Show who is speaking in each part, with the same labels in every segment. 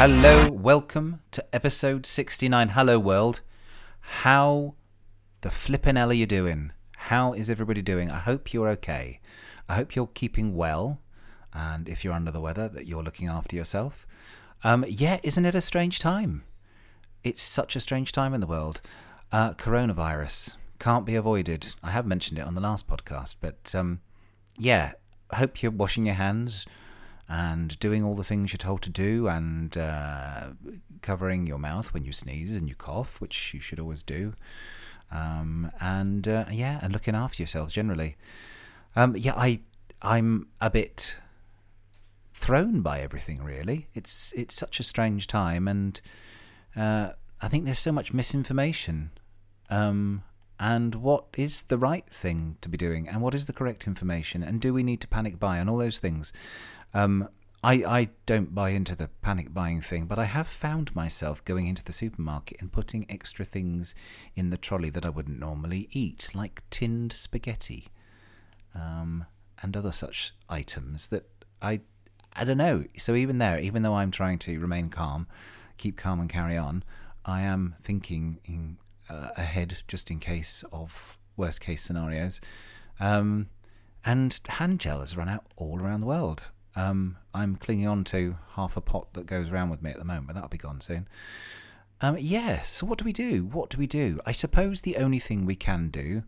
Speaker 1: Hello, welcome to episode 69. Hello, world. How the flippin' hell are you doing? How is everybody doing? I hope you're okay. I hope you're keeping well. And if you're under the weather, that you're looking after yourself. Um, yeah, isn't it a strange time? It's such a strange time in the world. Uh, coronavirus can't be avoided. I have mentioned it on the last podcast, but um, yeah, hope you're washing your hands and doing all the things you're told to do and uh, covering your mouth when you sneeze and you cough, which you should always do. Um, and uh, yeah, and looking after yourselves generally. Um, yeah, I I'm a bit thrown by everything really. It's it's such a strange time, and uh, I think there's so much misinformation. Um, and what is the right thing to be doing, and what is the correct information, and do we need to panic buy, and all those things. Um, I, I don't buy into the panic buying thing, but I have found myself going into the supermarket and putting extra things in the trolley that I wouldn't normally eat, like tinned spaghetti um, and other such items that I, I don't know. So even there, even though I'm trying to remain calm, keep calm and carry on, I am thinking in, uh, ahead just in case of worst case scenarios. Um, and hand gel has run out all around the world. Um, I'm clinging on to half a pot that goes around with me at the moment. That'll be gone soon. Um, yeah, so what do we do? What do we do? I suppose the only thing we can do,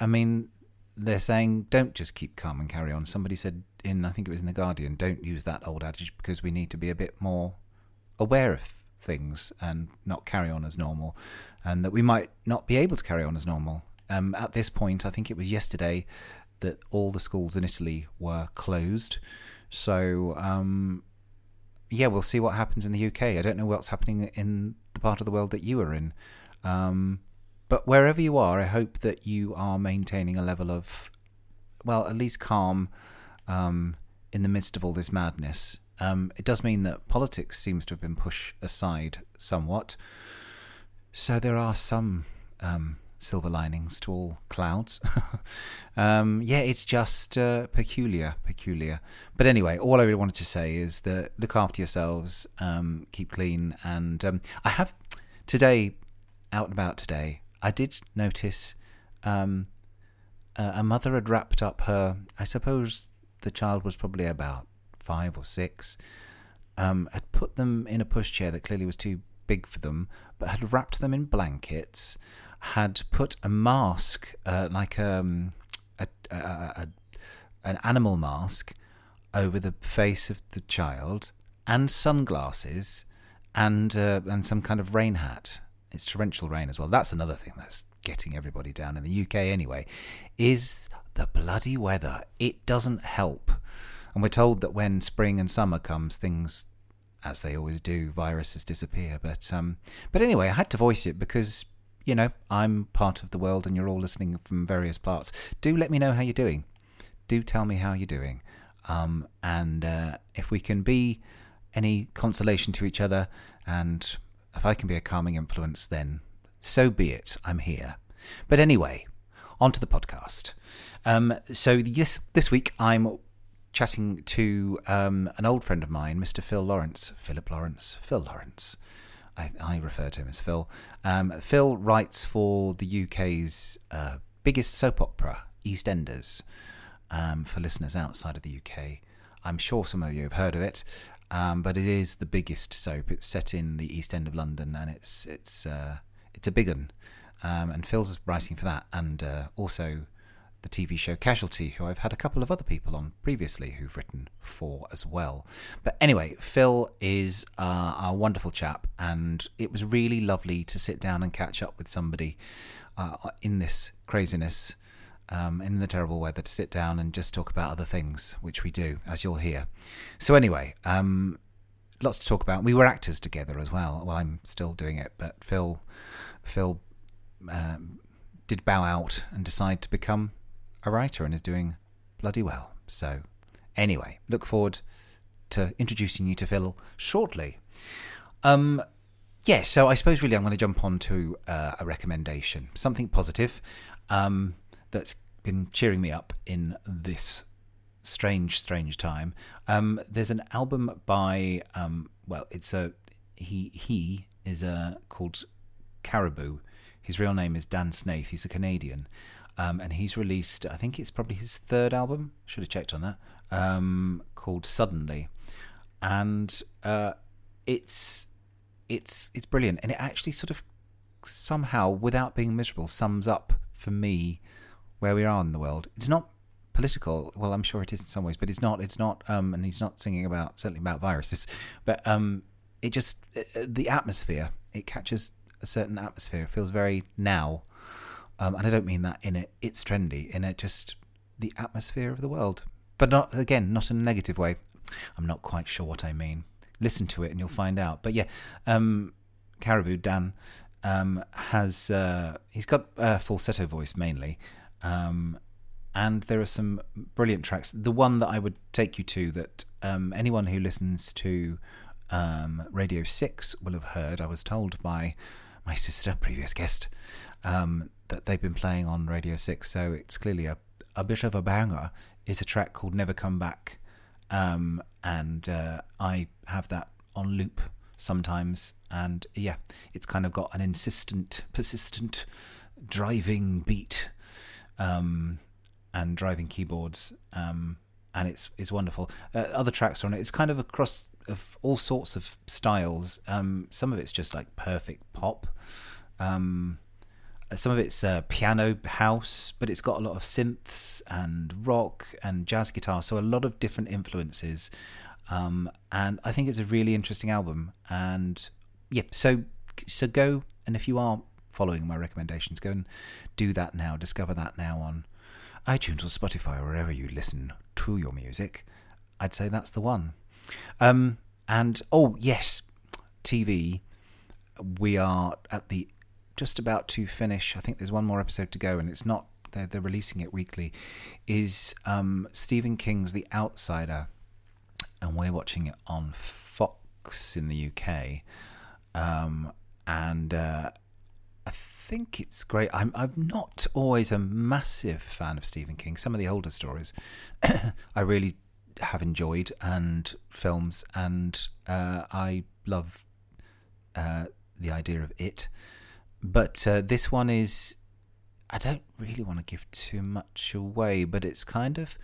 Speaker 1: I mean, they're saying don't just keep calm and carry on. Somebody said in, I think it was in The Guardian, don't use that old adage because we need to be a bit more aware of things and not carry on as normal, and that we might not be able to carry on as normal. Um, at this point, I think it was yesterday, that all the schools in Italy were closed. So, um, yeah, we'll see what happens in the UK. I don't know what's happening in the part of the world that you are in. Um, but wherever you are, I hope that you are maintaining a level of, well, at least calm um, in the midst of all this madness. Um, it does mean that politics seems to have been pushed aside somewhat. So there are some um, silver linings to all clouds. um, yeah, it's just uh, peculiar, peculiar. But anyway, all I really wanted to say is that look after yourselves, um, keep clean, and um, I have today out and about today. I did notice um, a a mother had wrapped up her. I suppose the child was probably about five or six. Um, had put them in a pushchair that clearly was too big for them, but had wrapped them in blankets had put a mask, uh, like um, a, a, a, an animal mask, over the face of the child, and sunglasses, and uh, and some kind of rain hat. It's torrential rain as well. That's another thing that's getting everybody down in the UK anyway. Is the bloody weather? It doesn't help, and we're told that when spring and summer comes, things as they always do, viruses disappear. But um, but anyway, I had to voice it because you know I'm part of the world, and you're all listening from various parts. Do let me know how you're doing. Do tell me how you're doing, um, and uh, if we can be any consolation to each other, and if I can be a calming influence, then so be it. I'm here. But anyway, on to the podcast. Um, so this this week I'm chatting to um, an old friend of mine, Mr. Phil Lawrence, Philip Lawrence, Phil Lawrence. I, I refer to him as Phil. Um, Phil writes for the UK's uh, biggest soap opera, EastEnders. Um, for listeners outside of the UK, I'm sure some of you have heard of it, um, but it is the biggest soap. It's set in the East End of London, and it's it's uh, it's a big one. Um, and Phil's writing for that, and uh, also the TV show Casualty, who I've had a couple of other people on previously who've written for as well. But anyway, Phil is uh, a wonderful chap, and it was really lovely to sit down and catch up with somebody uh, in this craziness, um, in the terrible weather, to sit down and just talk about other things, which we do, as you'll hear. So anyway, um, lots to talk about. We were actors together as well. Well, I'm still doing it, but Phil, Phil. Um, did bow out and decide to become a writer and is doing bloody well. So, anyway, look forward to introducing you to Phil shortly. Um, yeah, so I suppose really I'm going to jump on to uh, a recommendation, something positive um, that's been cheering me up in this strange, strange time. Um, there's an album by um, well, it's a he he is a called Caribou. His real name is Dan Snaith. He's a Canadian, um, and he's released. I think it's probably his third album. Should have checked on that. Um, called Suddenly, and uh, it's it's it's brilliant, and it actually sort of somehow, without being miserable, sums up for me where we are in the world. It's not political. Well, I'm sure it is in some ways, but it's not. It's not. Um, and he's not singing about certainly about viruses, but um, it just uh, the atmosphere. It catches a certain atmosphere. It feels very now, um, and I don't mean that in a it's trendy. In a just the atmosphere of the world, but not again, not in a negative way. I'm not quite sure what I mean. Listen to it and you'll find out. But yeah, um, Caribou Dan um, has uh, he's got a falsetto voice mainly, um, and there are some brilliant tracks. The one that I would take you to that um, anyone who listens to um, Radio 6 will have heard, I was told by my sister, previous guest, um, that they've been playing on Radio 6, so it's clearly a, a bit of a banger, is a track called Never Come Back. Um, and uh, I have that on loop sometimes, and yeah, it's kind of got an insistent, persistent, driving beat um, and driving keyboards, um, and it's it's wonderful. Uh, other tracks are on it. It's kind of across of all sorts of styles. Um, some of it's just like perfect pop. Um, some of it's uh, piano house, but it's got a lot of synths and rock and jazz guitar, so a lot of different influences. Um, and I think it's a really interesting album. And yeah, so so go and if you are following my recommendations, go and do that now. Discover that now on iTunes or Spotify or wherever you listen to your music. I'd say that's the one. Um, and oh yes, TV. We are at the just about to finish. I think there's one more episode to go, and it's not they're, they're releasing it weekly. Is um, Stephen King's The Outsider, and we're watching it on Fox in the UK. Um, and uh, I think it's great. I'm I'm not always a massive fan of Stephen King. Some of the older stories, I really have enjoyed and films, and uh, I love uh, the idea of it. But uh, this one is, I don't really want to give too much away, but it's kind of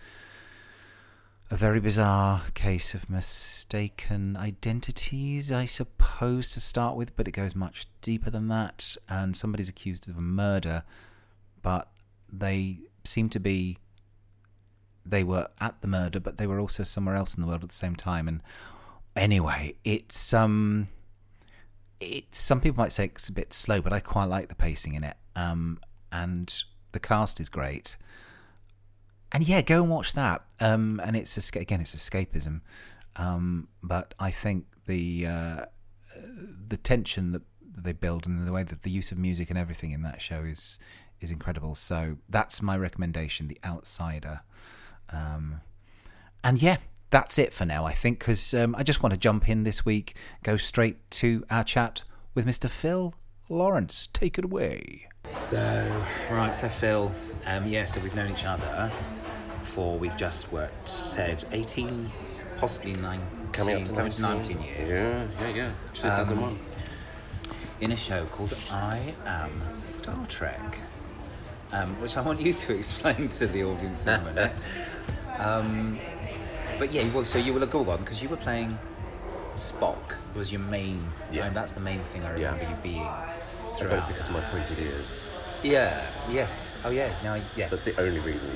Speaker 1: a very bizarre case of mistaken identities, I suppose, to start with, but it goes much deeper than that. And somebody's accused of a murder, but they seem to be they were at the murder, but they were also somewhere else in the world at the same time. And anyway, it's um, it's some people might say it's a bit slow, but I quite like the pacing in it. Um, and the cast is great. And yeah, go and watch that. Um, and it's esca- again, it's escapism. Um, but I think the uh, the tension that they build and the way that the use of music and everything in that show is is incredible. So that's my recommendation, The Outsider. Um, and yeah, that's it for now, I think, because um, I just want to jump in this week, go straight to our chat with Mr. Phil Lawrence. Take it away. So, right, so Phil, um, yeah, so we've known each other for, we've just worked, said 18, possibly 19,
Speaker 2: Coming up to
Speaker 1: coming to
Speaker 2: 19.
Speaker 1: 19 years
Speaker 2: Yeah, yeah, yeah. 2001.
Speaker 1: in a show called I Am Star Trek, um, which I want you to explain to the audience in a minute. um, but yeah, well, so you were a Gorgon because you were playing Spock was your main,
Speaker 2: Yeah.
Speaker 1: and that's the main thing I
Speaker 2: Yeah.
Speaker 1: remember you being
Speaker 2: I got it
Speaker 1: throughout.
Speaker 2: because of my pointed ears.
Speaker 1: Yeah. Yes. Oh yeah. No. I- Yeah.
Speaker 2: That's the only reason.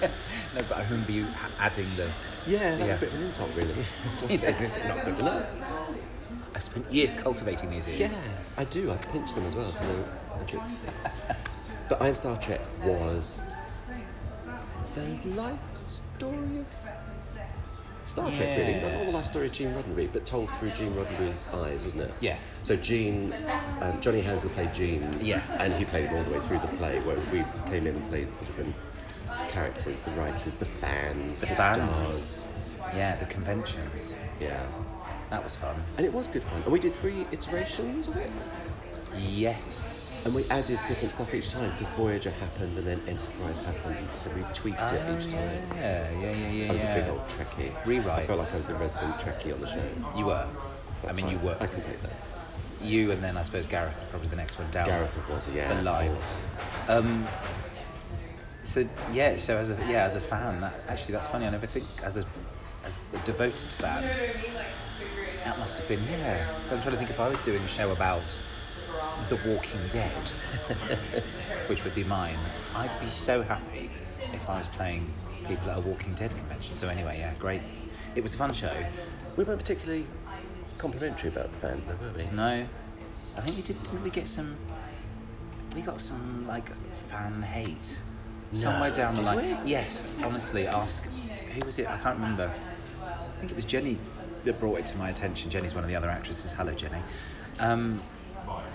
Speaker 1: No, but I remember you ha- adding the.
Speaker 2: Yeah, that's
Speaker 1: Yeah.
Speaker 2: a bit of an insult, really. It's not good enough.
Speaker 1: I spent years cultivating these
Speaker 2: Yeah,
Speaker 1: ears.
Speaker 2: I do. I pinch them as well. So they- I do. but I Am Star Trek was the life story of Star Trek, really. Not
Speaker 1: Yeah.
Speaker 2: all the life story of Gene Roddenberry, but told through Gene Roddenberry's eyes, wasn't it?
Speaker 1: Yeah.
Speaker 2: So Gene, um, Johnny Hansel played Gene.
Speaker 1: Yeah.
Speaker 2: And he played him all the way through the play, whereas we came in and played the different characters, the writers, the fans, the, stars.
Speaker 1: fans. Yeah. The conventions.
Speaker 2: Yeah.
Speaker 1: That was fun.
Speaker 2: And it was good fun. And we did three iterations of it.
Speaker 1: Yes.
Speaker 2: And we added different stuff each time because Voyager happened and then Enterprise happened, so we tweaked
Speaker 1: Oh,
Speaker 2: it each time.
Speaker 1: Yeah, yeah, yeah, yeah.
Speaker 2: I was
Speaker 1: yeah.
Speaker 2: a big old Trekkie. I felt
Speaker 1: Rewrites.
Speaker 2: like I was the resident Trekkie on the show.
Speaker 1: You were. I
Speaker 2: That's
Speaker 1: mean,
Speaker 2: fine.
Speaker 1: you were.
Speaker 2: I can take that.
Speaker 1: You and then I suppose Gareth, probably the next one down.
Speaker 2: Gareth was, yeah.
Speaker 1: The
Speaker 2: of
Speaker 1: live.
Speaker 2: course.
Speaker 1: So yeah, so as a yeah as a fan, that, actually that's funny. I never think as a as a devoted fan. That must have been yeah. I'm trying to think if I was doing a show about The Walking Dead, which would be mine. I'd be so happy if I was playing people at a Walking Dead convention. So anyway, yeah, great. It was a fun show.
Speaker 2: We weren't particularly complimentary about the fans, though, were we?
Speaker 1: No, I think we did. Didn't we get some? We got some like fan hate somewhere down the
Speaker 2: did
Speaker 1: line.
Speaker 2: we?
Speaker 1: Yes, honestly, ask who was it? I can't remember. I think it was Jenny that brought it to my attention. Jenny's one of the other actresses. Hello, Jenny. Um,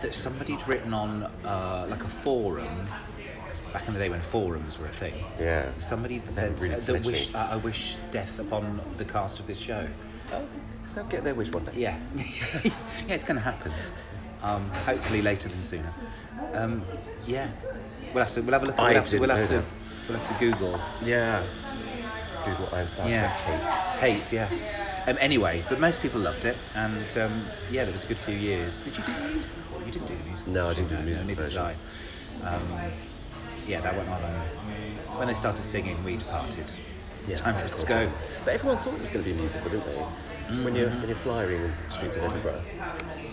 Speaker 1: that somebody'd written on uh, like a forum back in the day when forums were a thing.
Speaker 2: Yeah.
Speaker 1: Somebody had said
Speaker 2: really
Speaker 1: uh, that
Speaker 2: fledgling.
Speaker 1: wish I I wish death upon the cast of this show.
Speaker 2: Oh, they'll get their wish one day.
Speaker 1: Yeah, yeah, it's going to happen. Um, hopefully later than sooner. Um, yeah, we'll have to. We'll have a look.
Speaker 2: I
Speaker 1: We'll have to. We'll
Speaker 2: didn't
Speaker 1: have
Speaker 2: know
Speaker 1: to, we'll have to Google.
Speaker 2: Yeah. Google I'm Star
Speaker 1: Yeah,
Speaker 2: Trek hate.
Speaker 1: hate. yeah. Um, anyway, but most people loved it, and um, yeah, there was a good few years. Did you do the musical? You didn't do the musical.
Speaker 2: No,
Speaker 1: did
Speaker 2: I
Speaker 1: you?
Speaker 2: didn't do the musical
Speaker 1: Neither
Speaker 2: version.
Speaker 1: did I. Um, yeah, that went on. And when they started singing, we departed. It's
Speaker 2: Yeah,
Speaker 1: time for us to go. Mm.
Speaker 2: But everyone thought it was going to be a musical, didn't they? When you're when you're flying in the streets of Edinburgh.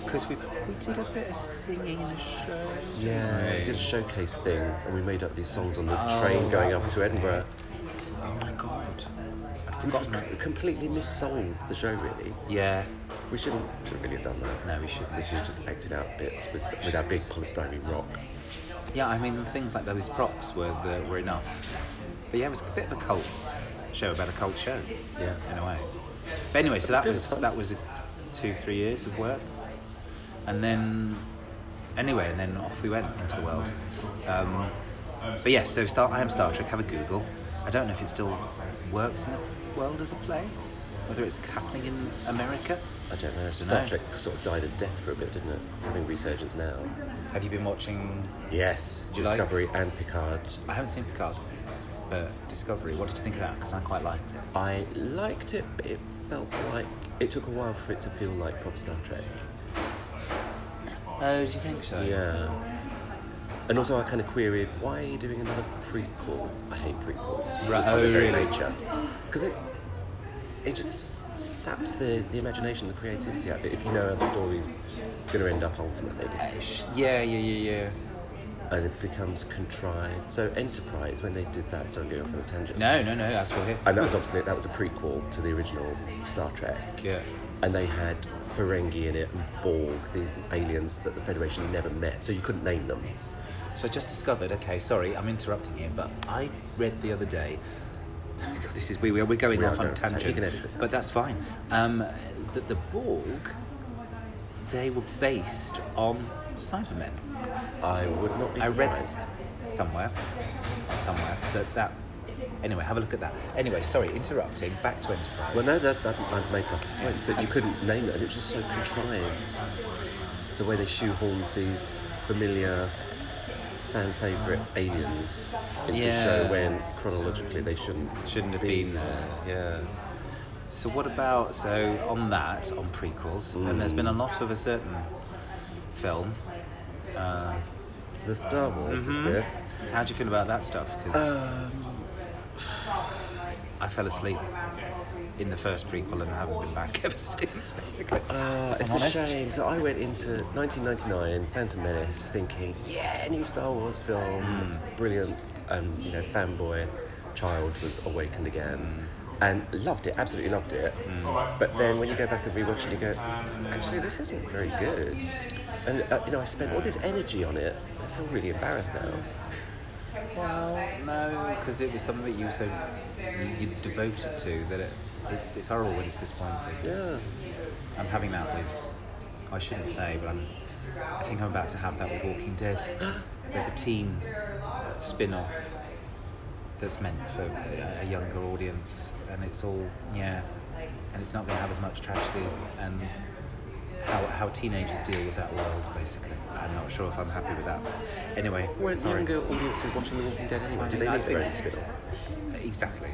Speaker 1: Because we, we did a bit of singing in the show.
Speaker 2: Yeah. We did a showcase thing, and we made up these songs on the train
Speaker 1: Oh,
Speaker 2: going
Speaker 1: that
Speaker 2: up
Speaker 1: was
Speaker 2: to
Speaker 1: it.
Speaker 2: Edinburgh.
Speaker 1: Oh my god. I'd
Speaker 2: Which was
Speaker 1: forgotten that.
Speaker 2: c- completely missold the show, really.
Speaker 1: Yeah.
Speaker 2: We shouldn't should have really have done that.
Speaker 1: No, we shouldn't.
Speaker 2: We should have just acted out bits with, with our big polystyrene rock.
Speaker 1: Yeah, I mean, things like those props were the, were enough. But yeah, it was a bit of a cult show about a cult show.
Speaker 2: Yeah.
Speaker 1: In a way. But anyway, so that
Speaker 2: good,
Speaker 1: was
Speaker 2: fun.
Speaker 1: that was a, two three years of work, and then anyway, and then off we went into the world. Um, but yeah, so Star, I am Star Trek. Have a Google. I don't know if it still works in the world as a play, whether it's happening in America.
Speaker 2: I don't know. Star
Speaker 1: know.
Speaker 2: Trek sort of died a death for a bit, didn't it? It's having resurgence now.
Speaker 1: Have you been watching?
Speaker 2: Yes,
Speaker 1: Do you like-
Speaker 2: Discovery and Picard.
Speaker 1: I haven't seen Picard, but Discovery. What did you think of that? Because I quite liked it.
Speaker 2: I liked it, but it felt like it took a while for it to feel like proper Star Trek.
Speaker 1: Oh, do you think so?
Speaker 2: Yeah. And also, I kind of queried why are you doing another prequel? I hate prequels.
Speaker 1: Right,
Speaker 2: Just by
Speaker 1: oh,
Speaker 2: their very
Speaker 1: really?
Speaker 2: nature. Because it, it just saps the, the imagination, the creativity out of it if you know how the story's going to end up ultimately.
Speaker 1: Yeah, yeah, yeah, yeah.
Speaker 2: And it becomes contrived. So, Enterprise, when they did that, sorry, I'm going off on a tangent.
Speaker 1: No, no, no, that's what here.
Speaker 2: And that was obviously that was a prequel to the original Star Trek.
Speaker 1: Yeah.
Speaker 2: and they had Ferengi in it and Borg, these aliens that the Federation never met, so you couldn't name them.
Speaker 1: So I just discovered, okay, sorry, I'm interrupting you, but I read the other day. oh God, this is weird. We're going
Speaker 2: We are
Speaker 1: off on
Speaker 2: going
Speaker 1: a
Speaker 2: off tangent.
Speaker 1: tangent,
Speaker 2: You can edit this out.
Speaker 1: but that's fine. Um, that the Borg, they were based on Cybermen.
Speaker 2: I would not be
Speaker 1: I read
Speaker 2: surprised.
Speaker 1: somewhere, somewhere that that. Anyway, have a look at that. Anyway, sorry, interrupting. Back to Enterprise.
Speaker 2: well, no, that, that I'd make up his point, but you couldn't name it, and it was just so contrived. The way they shoehorned these familiar fan favourite aliens into
Speaker 1: Yeah.
Speaker 2: the show when chronologically they shouldn't
Speaker 1: Shouldn't have been there. Yeah. So what about so on that on prequels? And there's been a lot of a certain film.
Speaker 2: The Star Wars
Speaker 1: Mm-hmm.
Speaker 2: is this.
Speaker 1: How do you feel about that stuff? Because I fell asleep in the first prequel and haven't been back ever since. Basically,
Speaker 2: Uh, it's a
Speaker 1: honest.
Speaker 2: shame. So I went into 1999 Phantom Menace thinking, yeah, new Star Wars film,
Speaker 1: Hmm.
Speaker 2: brilliant. Um, you know, fanboy child was awakened again. And loved it, absolutely loved it.
Speaker 1: Hmm.
Speaker 2: But then when you go back and rewatch it, you go, actually, this isn't very good. And uh, you know, I spent all this energy on it. I feel really embarrassed now.
Speaker 1: well, no, because it was something that you were so you, you devoted to that it, it's it's horrible when it's disappointing.
Speaker 2: Yeah,
Speaker 1: I'm having that with. I shouldn't say, but I'm. I think I'm about to have that with Walking Dead. There's a teen spin-off that's meant for a, a younger audience, and it's all yeah, and it's not going to have as much tragedy and how how teenagers deal with that world, basically. I'm not sure if I'm happy with that. Anyway,
Speaker 2: Weren't
Speaker 1: sorry.
Speaker 2: younger audiences watching The Walking Dead anyway? Do they
Speaker 1: I
Speaker 2: need their
Speaker 1: think-
Speaker 2: own spin-off?
Speaker 1: Exactly.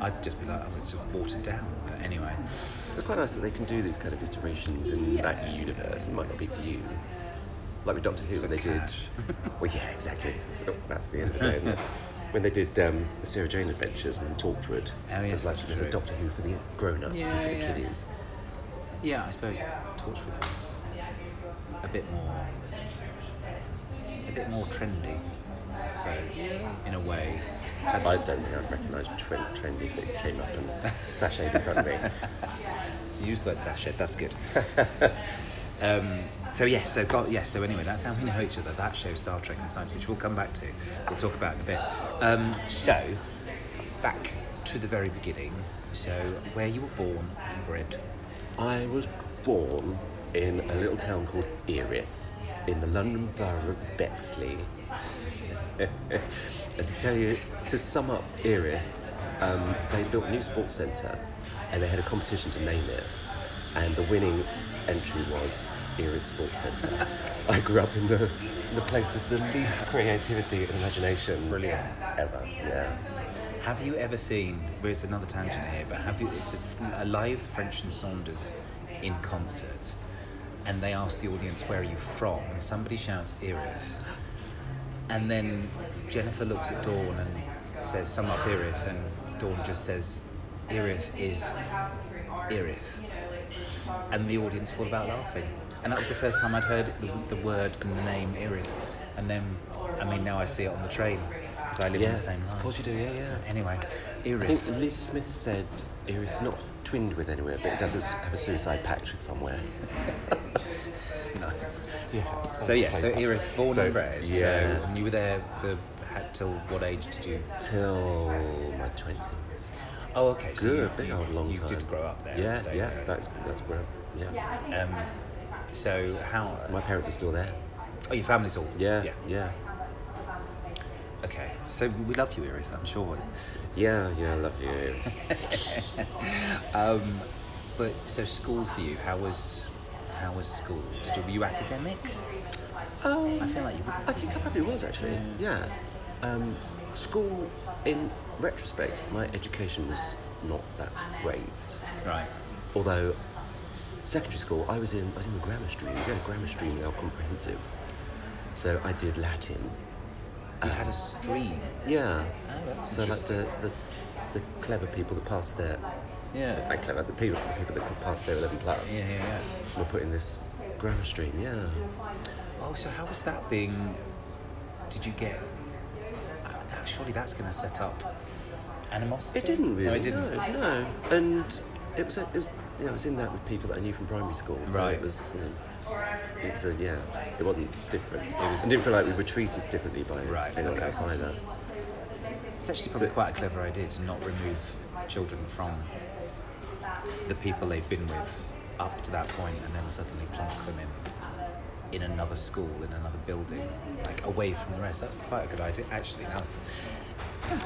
Speaker 1: I'd just be like, oh, it's just watered down. But anyway,
Speaker 2: It's quite nice that they can do these kind of iterations in that universe. It might not be for you. Like with Doctor Who,
Speaker 1: for
Speaker 2: when they
Speaker 1: cash.
Speaker 2: did. well, yeah, exactly. So that's the end of the day. isn't it? When they did um, the Sarah Jane Adventures and Torchwood,
Speaker 1: Oh, yeah,
Speaker 2: it was like there's a
Speaker 1: true.
Speaker 2: Doctor Who for the grown-ups
Speaker 1: Yeah,
Speaker 2: and for the
Speaker 1: yeah.
Speaker 2: kiddies.
Speaker 1: yeah, I suppose Torchwood was a bit more, a bit more trendy, I suppose, in a way.
Speaker 2: And I don't think I'd recognise Trent Trend if it came up and sashayed in front of me.
Speaker 1: Use the word sachet. That's good. um, so yeah, so got yeah. So anyway, that's how we know each other. That show, Star Trek and science, which we'll come back to. We'll talk about in a bit. Um, so back to the very beginning. So where you were born and bred.
Speaker 2: I was born in a little town called Erith in the London borough of Bexley. and to tell you, to sum up Erith, um, they built a new sports centre and they had a competition to name it. And the winning entry was Erith Sports Centre. I grew up in the, the place with the least creativity and imagination
Speaker 1: Brilliant.
Speaker 2: ever. Yeah.
Speaker 1: Have you ever seen? Where's another tangent here? But have you? It's a, a live French and Saunders in concert, and they ask the audience, "Where are you from?" And somebody shouts, "Erith," and then Jennifer looks at Dawn and says, "Sum up Erith," and Dawn just says, "Erith is Erith," and the audience fall about laughing. And that was the first time I'd heard the, the word and the name Erith, and then, I mean, now I see it on the train because I live in the same line.
Speaker 2: Of course you do, yeah, yeah.
Speaker 1: Anyway, Erith.
Speaker 2: I think Liz Smith said Erith's not twinned with anywhere, but it does have a suicide pact with somewhere.
Speaker 1: nice.
Speaker 2: Yeah.
Speaker 1: So yeah, so Erith, born
Speaker 2: So,
Speaker 1: and bred. So
Speaker 2: yeah.
Speaker 1: and you were there for ha- till what age did you?
Speaker 2: Till my twenties.
Speaker 1: Oh, okay. So
Speaker 2: Good,
Speaker 1: you,
Speaker 2: big
Speaker 1: you-
Speaker 2: old long
Speaker 1: you
Speaker 2: time.
Speaker 1: did grow up there.
Speaker 2: Yeah,
Speaker 1: and stay
Speaker 2: yeah.
Speaker 1: there.
Speaker 2: That's that's where. Yeah.
Speaker 1: Um, so how?
Speaker 2: My parents are still there.
Speaker 1: Oh, your family's all.
Speaker 2: Yeah,
Speaker 1: Yeah.
Speaker 2: yeah, yeah,
Speaker 1: Okay. So we love you, Erith. I'm sure. It's, it's,
Speaker 2: yeah. I love you. Erith.
Speaker 1: Um, but so school for you, how was? How was school? Did you, were you academic? I
Speaker 2: Um,
Speaker 1: feel like you were.
Speaker 2: I think I probably was actually. Yeah. Um, school, in retrospect, my education was not that great.
Speaker 1: Right.
Speaker 2: although secondary school I was in I was in the grammar stream. We had a grammar stream now comprehensive. So I did Latin.
Speaker 1: You had a stream.
Speaker 2: Yeah.
Speaker 1: Oh, that's
Speaker 2: So like
Speaker 1: interesting.
Speaker 2: the, the the clever people that passed their
Speaker 1: Yeah.
Speaker 2: like clever the people the people that passed their eleven plus
Speaker 1: Yeah, yeah, yeah.
Speaker 2: were put in this grammar stream, yeah.
Speaker 1: Oh, so how was that being? Did you get? uh, That, surely that's going to set up animosity.
Speaker 2: It didn't really
Speaker 1: No, it didn't.
Speaker 2: No, no. And it was, a, it was you know, I was in that with people that I knew from primary school. So
Speaker 1: Right.
Speaker 2: it was you know, it was a, yeah. It wasn't different. It was, I didn't feel like we were treated differently by
Speaker 1: Right,
Speaker 2: anyone
Speaker 1: okay.
Speaker 2: else either.
Speaker 1: It's actually probably quite a clever idea to not remove children from the people they've been with up to that point, and then suddenly plonk them in in another school in another building, like away from the rest. That's quite a good idea, actually. Now,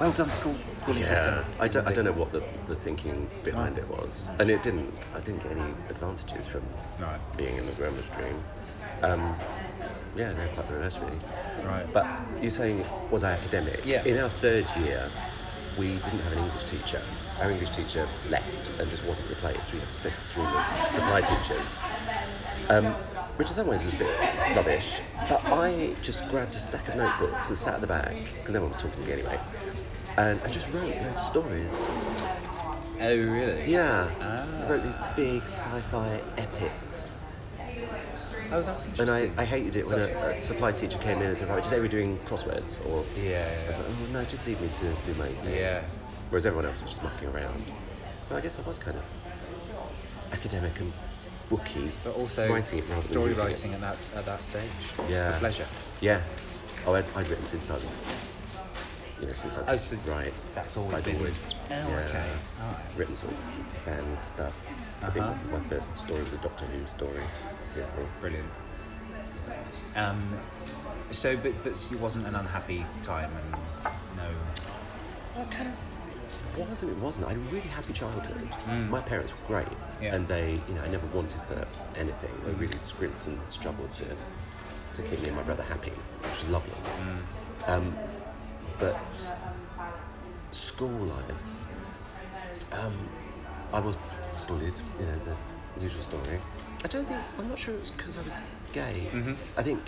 Speaker 1: well done, school schooling system.
Speaker 2: I don't, I don't know what the, the thinking behind it was, and it didn't. I didn't get any advantages from
Speaker 1: Right.
Speaker 2: being in the grammar stream. Um, yeah, they're quite reverse really.
Speaker 1: Right.
Speaker 2: But you're saying was I academic?
Speaker 1: Yeah.
Speaker 2: In our third year, we didn't have an English teacher. Our English teacher left and just wasn't replaced. We had a st- stream of supply teachers, um, which in some ways was a bit rubbish. But I just grabbed a stack of notebooks and sat at the back because no one was talking to me anyway, and I just wrote loads of stories.
Speaker 1: Oh, really?
Speaker 2: Yeah,
Speaker 1: Ah.
Speaker 2: I wrote these big sci-fi epics.
Speaker 1: Oh, that's
Speaker 2: And
Speaker 1: interesting.
Speaker 2: I, I hated it when
Speaker 1: That's-
Speaker 2: a, a supply teacher came in and said, right, today we're doing crosswords. Or,
Speaker 1: Yeah,
Speaker 2: I was like, oh, no, just leave me to do my own thing.
Speaker 1: Yeah.
Speaker 2: Whereas everyone else was just mucking around. So I guess I was kind of academic and booky.
Speaker 1: But also
Speaker 2: writing it rather than
Speaker 1: story
Speaker 2: reading it.
Speaker 1: writing at that at that stage.
Speaker 2: Yeah.
Speaker 1: For pleasure.
Speaker 2: Yeah. Oh, I'd, I'd written since I was, you know, since I
Speaker 1: Oh,
Speaker 2: was
Speaker 1: so
Speaker 2: right.
Speaker 1: That's always
Speaker 2: I'd
Speaker 1: been.
Speaker 2: always-
Speaker 1: oh,
Speaker 2: yeah.
Speaker 1: okay. All right.
Speaker 2: Written sort of fan stuff. I think
Speaker 1: Uh-huh.
Speaker 2: my first story was a Doctor Who story, obviously.
Speaker 1: Brilliant. Um, so, but but it wasn't an unhappy time, and no.
Speaker 2: Well, kind of wasn't. It wasn't. I had a really happy childhood. My parents were great,
Speaker 1: Yeah.
Speaker 2: and they, you know, I never wanted for anything. They really scrimped and struggled to to keep me and my brother happy, which was lovely. Um, but school life, um, I was bullied. You know the usual story. I don't think. I'm not sure it was because I was gay. I think.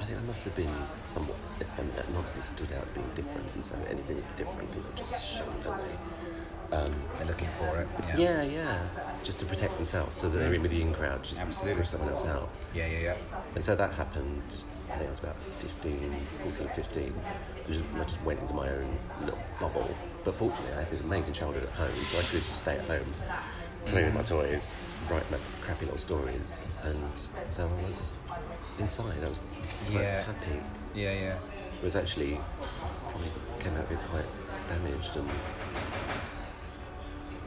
Speaker 2: I think I must have been somewhat effeminate and obviously stood out being different, and so anything that's different, people just shun, don't they? Um,
Speaker 1: They're looking for it. Yeah.
Speaker 2: yeah, yeah. Just to protect themselves, so that they're in with the in crowd, just
Speaker 1: Absolutely.
Speaker 2: push someone else out.
Speaker 1: Yeah, yeah, yeah.
Speaker 2: And so that happened, I think I was about 15, 14, 15. I just, I just went into my own little bubble. But fortunately, I had this amazing childhood at home, so I could just stay at home, play with my toys, write my crappy little stories. And so I was inside, I was quite
Speaker 1: Yeah.
Speaker 2: happy.
Speaker 1: Yeah, yeah.
Speaker 2: It was actually, probably came out of it quite damaged and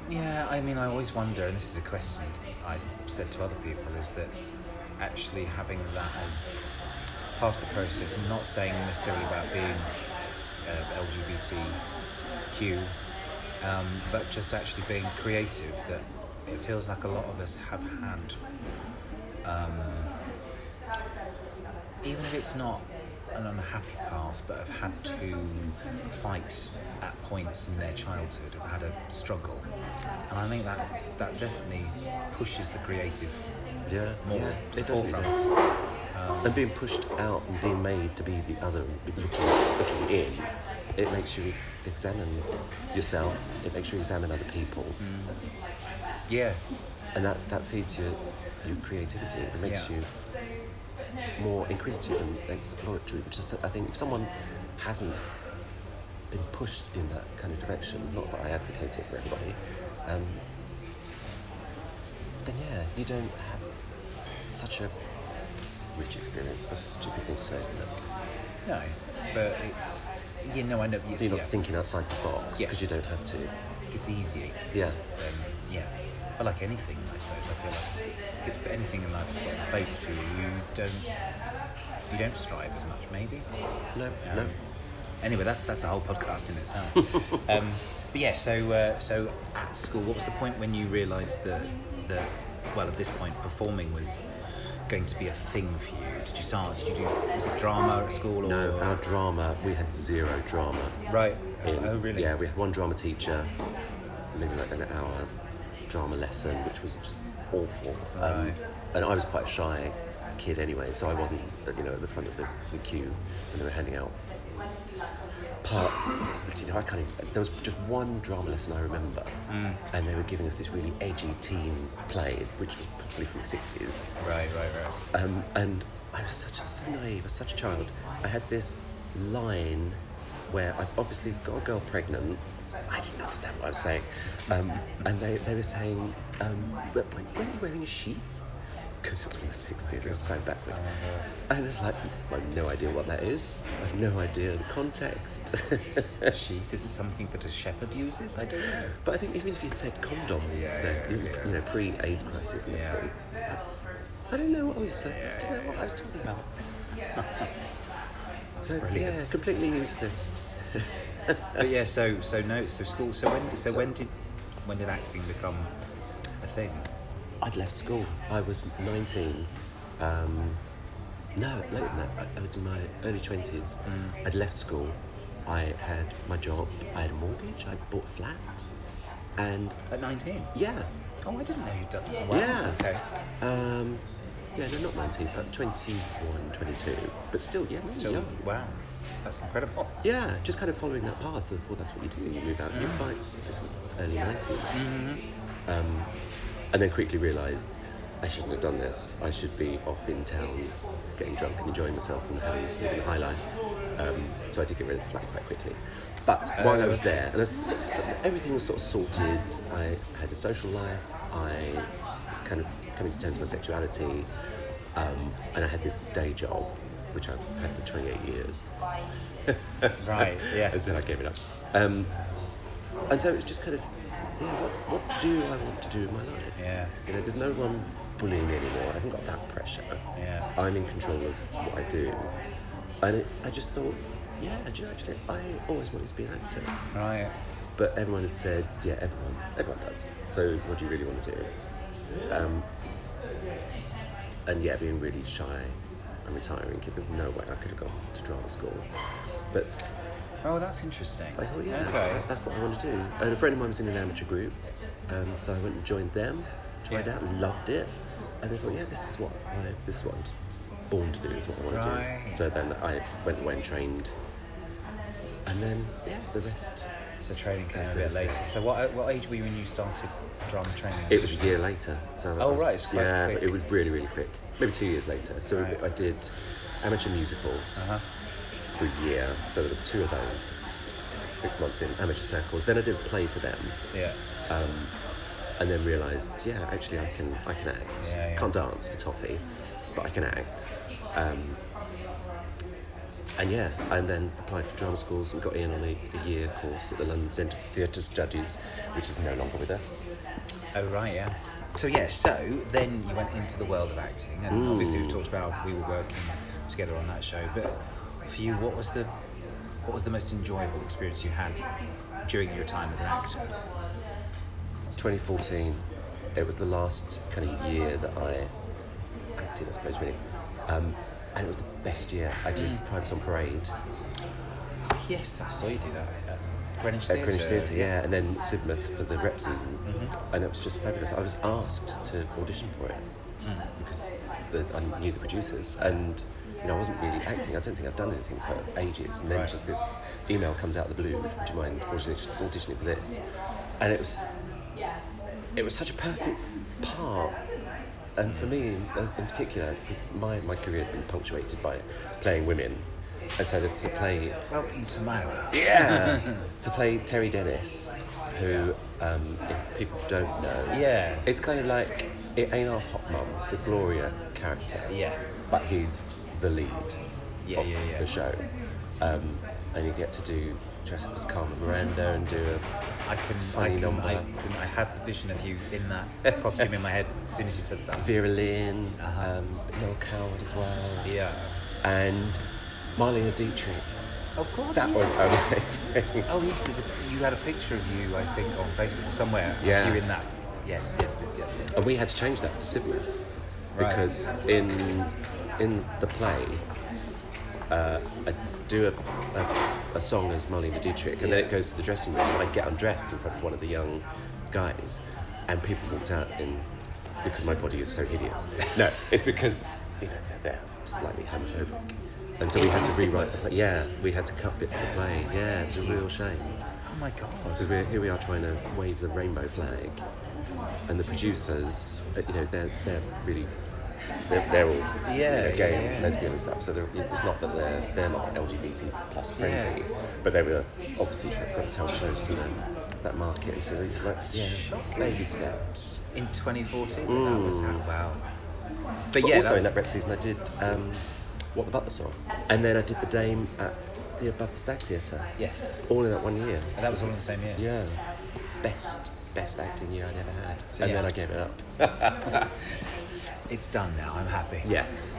Speaker 1: Yeah, I mean, I always wonder, and this is a question I've said to other people, is that actually having that as part of the process, and not saying necessarily about being uh, LGBTQ, um, but just actually being creative, that it feels like a lot of us have had, um, even if it's not an unhappy path, but have had to fight at points in their childhood, have had a struggle. And I think that, that definitely pushes the creative
Speaker 2: yeah,
Speaker 1: more
Speaker 2: yeah,
Speaker 1: to the
Speaker 2: definitely
Speaker 1: forefront. Um,
Speaker 2: does. and being pushed out and being made to be the other and be looking, looking in it makes you examine yourself it makes you examine other people
Speaker 1: Mm. Yeah,
Speaker 2: and that, that feeds your, your creativity it makes
Speaker 1: Yeah.
Speaker 2: you more inquisitive and exploratory which is i think if someone hasn't been pushed in that kind of direction not that i advocate it for everybody um, then yeah you don't have such a rich experience that's a stupid thing to say isn't it
Speaker 1: no, but it's you know I know it's,
Speaker 2: You're not
Speaker 1: yeah,
Speaker 2: thinking outside the box
Speaker 1: Yeah.
Speaker 2: because you don't have to.
Speaker 1: it's easier.
Speaker 2: Yeah.
Speaker 1: Than, yeah, but like anything, I suppose I feel like if it's anything in life is what baked for you. You don't you don't strive as much, maybe.
Speaker 2: No,
Speaker 1: Um,
Speaker 2: no.
Speaker 1: Anyway, that's that's a whole podcast in itself. um, but yeah, so uh, so at school, what was the point when you realised that that well, at this point, performing was going to be a thing for you? Did you start? Did you do was it drama at school or
Speaker 2: No, our drama, we had zero drama.
Speaker 1: right?
Speaker 2: in-
Speaker 1: oh really?
Speaker 2: Yeah, we had one drama teacher, maybe like an hour drama lesson, which was just awful. Um,
Speaker 1: Right.
Speaker 2: And I was quite a shy kid anyway, so I wasn't, you know, at the front of the, the queue when they were handing out parts. you know, I can't even, there was just one drama lesson I remember,
Speaker 1: Mm.
Speaker 2: and they were giving us this really edgy teen play, which was probably from the 60s.
Speaker 1: Right, right, right.
Speaker 2: Um, and I was such, I was so naive, I was such a child. I had this line where I've obviously got a girl pregnant. I didn't understand what I was saying. Um, and they, they were saying, um, but why- weren't you wearing a sheath? Because it was from the 60s, it was so backward. And I was like, I have no idea what that is. I have no idea the context.
Speaker 1: Sheath, is it something that a shepherd uses? I don't know.
Speaker 2: But I think even if you'd said condom,
Speaker 1: Yeah,
Speaker 2: then
Speaker 1: yeah,
Speaker 2: it was
Speaker 1: yeah.
Speaker 2: you know pre-AIDS crisis and
Speaker 1: Yeah.
Speaker 2: everything. I, I don't know what I was saying. I don't know what I was talking about. so
Speaker 1: brilliant.
Speaker 2: yeah, completely useless.
Speaker 1: But yeah, so so no, so school. So when so when did when did acting become a thing?
Speaker 2: I'd left school. I was 19. Um, no, later than that. I, I was in my early 20s.
Speaker 1: Mm.
Speaker 2: I'd left school. I had my job. I had a mortgage. I bought a flat. And
Speaker 1: At nineteen.
Speaker 2: yeah,
Speaker 1: Oh, I didn't know you'd done that. Wow.
Speaker 2: Yeah.
Speaker 1: Okay.
Speaker 2: Um, yeah, no, not 19, but 21, 22. But still, yeah, really
Speaker 1: Still,
Speaker 2: young.
Speaker 1: wow, that's incredible.
Speaker 2: Yeah, just kind of following that path of, well, that's what you do. You move out, you buy. This is early 90s. Um, and then quickly realised I shouldn't have done this. I should be off in town getting drunk and enjoying myself and having living a high life. Um, so I did get rid of the flat quite quickly. But while I was
Speaker 1: okay.
Speaker 2: there, and I was, so, so everything was sort of sorted. I had a social life. I kind of coming to terms with my sexuality, um, and I had this day job, which I've had for 28 years.
Speaker 1: Right.
Speaker 2: And
Speaker 1: Yes.
Speaker 2: so I gave it up. Um, and so it's just kind of, yeah, what, what do I want to do in my life?
Speaker 1: Yeah.
Speaker 2: You know, there's no one bullying me anymore. I haven't got that pressure.
Speaker 1: Yeah.
Speaker 2: I'm in control of what I do. And it, I just thought, yeah, do you know, actually, I always wanted to be an actor.
Speaker 1: Right.
Speaker 2: But everyone had said, yeah, everyone, everyone does. So what do you really want to do? Um, and yeah, being really shy and retiring, 'cause there's no way I could have gone to drama school. But
Speaker 1: Oh, that's interesting.
Speaker 2: I thought, yeah,
Speaker 1: Okay.
Speaker 2: that's what I want to do. And a friend of mine was in an amateur group, um, so I went and joined them, tried
Speaker 1: Yeah.
Speaker 2: out, loved it, and I thought, yeah, this is what I, this is what I'm born to do. This is what I want to
Speaker 1: Right.
Speaker 2: do. So then I went away and trained, and then yeah, the rest.
Speaker 1: So training came
Speaker 2: That's
Speaker 1: a bit
Speaker 2: this.
Speaker 1: later. So what what age were you when you started drama training?
Speaker 2: It was a year later. So I
Speaker 1: Oh,
Speaker 2: was-
Speaker 1: right, it's quite
Speaker 2: yeah, but
Speaker 1: quick.
Speaker 2: it was really really quick. Maybe two years later. So
Speaker 1: Right.
Speaker 2: I did amateur musicals
Speaker 1: Uh-huh.
Speaker 2: for a year. So there was two of those. Six months in amateur circles. Then I did a play for them.
Speaker 1: Yeah.
Speaker 2: um, and then realised, yeah, actually, I can, I can act.
Speaker 1: Yeah, yeah.
Speaker 2: Can't dance for toffee, but I can act. Um, and yeah, and then applied for drama schools and got in on a, a year course at the London Centre for Theatre Studies, which is no longer with us.
Speaker 1: Oh right, yeah. So yeah, so then you went into the world of acting, and obviously we've talked about we were working together on that show. But for you, what was the what was the most enjoyable experience you had during your time as an actor?
Speaker 2: 2014, it was the last kind of year that I acted, I suppose, really. Um, and it was the best year. I did
Speaker 1: Mm.
Speaker 2: Privates on Parade
Speaker 1: Yes, I saw you do that at Greenwich
Speaker 2: At
Speaker 1: Theatre.
Speaker 2: Greenwich Theatre, yeah, and then Sidmouth for the rep season, and it was just fabulous. I was asked to audition for it because the, I knew the producers, and you know I wasn't really acting. I don't think I've done anything for ages, and then
Speaker 1: Right.
Speaker 2: just this email comes out of the blue. Do you mind auditioning, auditioning for this? And it was, it was such a perfect part, and for me in, in particular, because my my career had been punctuated by playing women, and so to play
Speaker 1: Welcome to my world.
Speaker 2: yeah, to play Terry Dennis, who, um, if people don't know,
Speaker 1: Yeah.
Speaker 2: it's kind of like it ain't half hot mum, the Gloria character.
Speaker 1: Yeah.
Speaker 2: but he's the lead
Speaker 1: Yeah,
Speaker 2: of
Speaker 1: yeah, yeah.
Speaker 2: the show, um, and you get to do dress up as Carmen Miranda and do a
Speaker 1: I can, I
Speaker 2: Funny
Speaker 1: can, I,
Speaker 2: number.
Speaker 1: can, I had the vision of you in that costume in my head as soon as you said that.
Speaker 2: Vera Lynn,
Speaker 1: Uh-huh.
Speaker 2: um, Noel Coward as well,
Speaker 1: Yeah.
Speaker 2: and Marlena Dietrich.
Speaker 1: Oh God,
Speaker 2: That was
Speaker 1: yes.
Speaker 2: amazing.
Speaker 1: Oh yes, there's a, you had a picture of you, I think, on Facebook somewhere. of
Speaker 2: Yeah. Oh.
Speaker 1: You in that? Yes, yes, yes, yes, yes.
Speaker 2: And we had to change that for Sidmouth
Speaker 1: Right.
Speaker 2: because in in the play, uh, I do a, a, a song as Marlene Dietrich, and then
Speaker 1: Yeah.
Speaker 2: it goes to the dressing room. I get undressed in front of one of the young guys, and people walked out in because my body is so hideous. No, it's because you know they're, they're slightly homophobic, and so we had to rewrite the play. Yeah, we had to cut bits of the play. Yeah, it was a real shame.
Speaker 1: oh my God.
Speaker 2: Because we're, here we are trying to wave the rainbow flag, and the producers, uh, you know, they're, they're really, they're, they're all you
Speaker 1: Yeah,
Speaker 2: know, gay
Speaker 1: yeah,
Speaker 2: and
Speaker 1: yeah.
Speaker 2: lesbian and stuff. So they're, it's not that they're they're not LGBT plus friendly,
Speaker 1: Yeah.
Speaker 2: but they were obviously trying to sell shows to that, that market. So it's like yeah,
Speaker 1: shocking.
Speaker 2: baby steps.
Speaker 1: In 2014, that was how wow. But,
Speaker 2: Mm. But
Speaker 1: yeah,
Speaker 2: also
Speaker 1: that was,
Speaker 2: in that rep season, I did um, What the Butler song, and then I did the Dame at the Above the Stag Theatre.
Speaker 1: yes,
Speaker 2: All in that one year.
Speaker 1: and that was all in the same year.
Speaker 2: Yeah. Best best acting year I'd ever had.
Speaker 1: So
Speaker 2: and then I
Speaker 1: yes.
Speaker 2: gave it up.
Speaker 1: It's done now. I'm happy.
Speaker 2: Yes.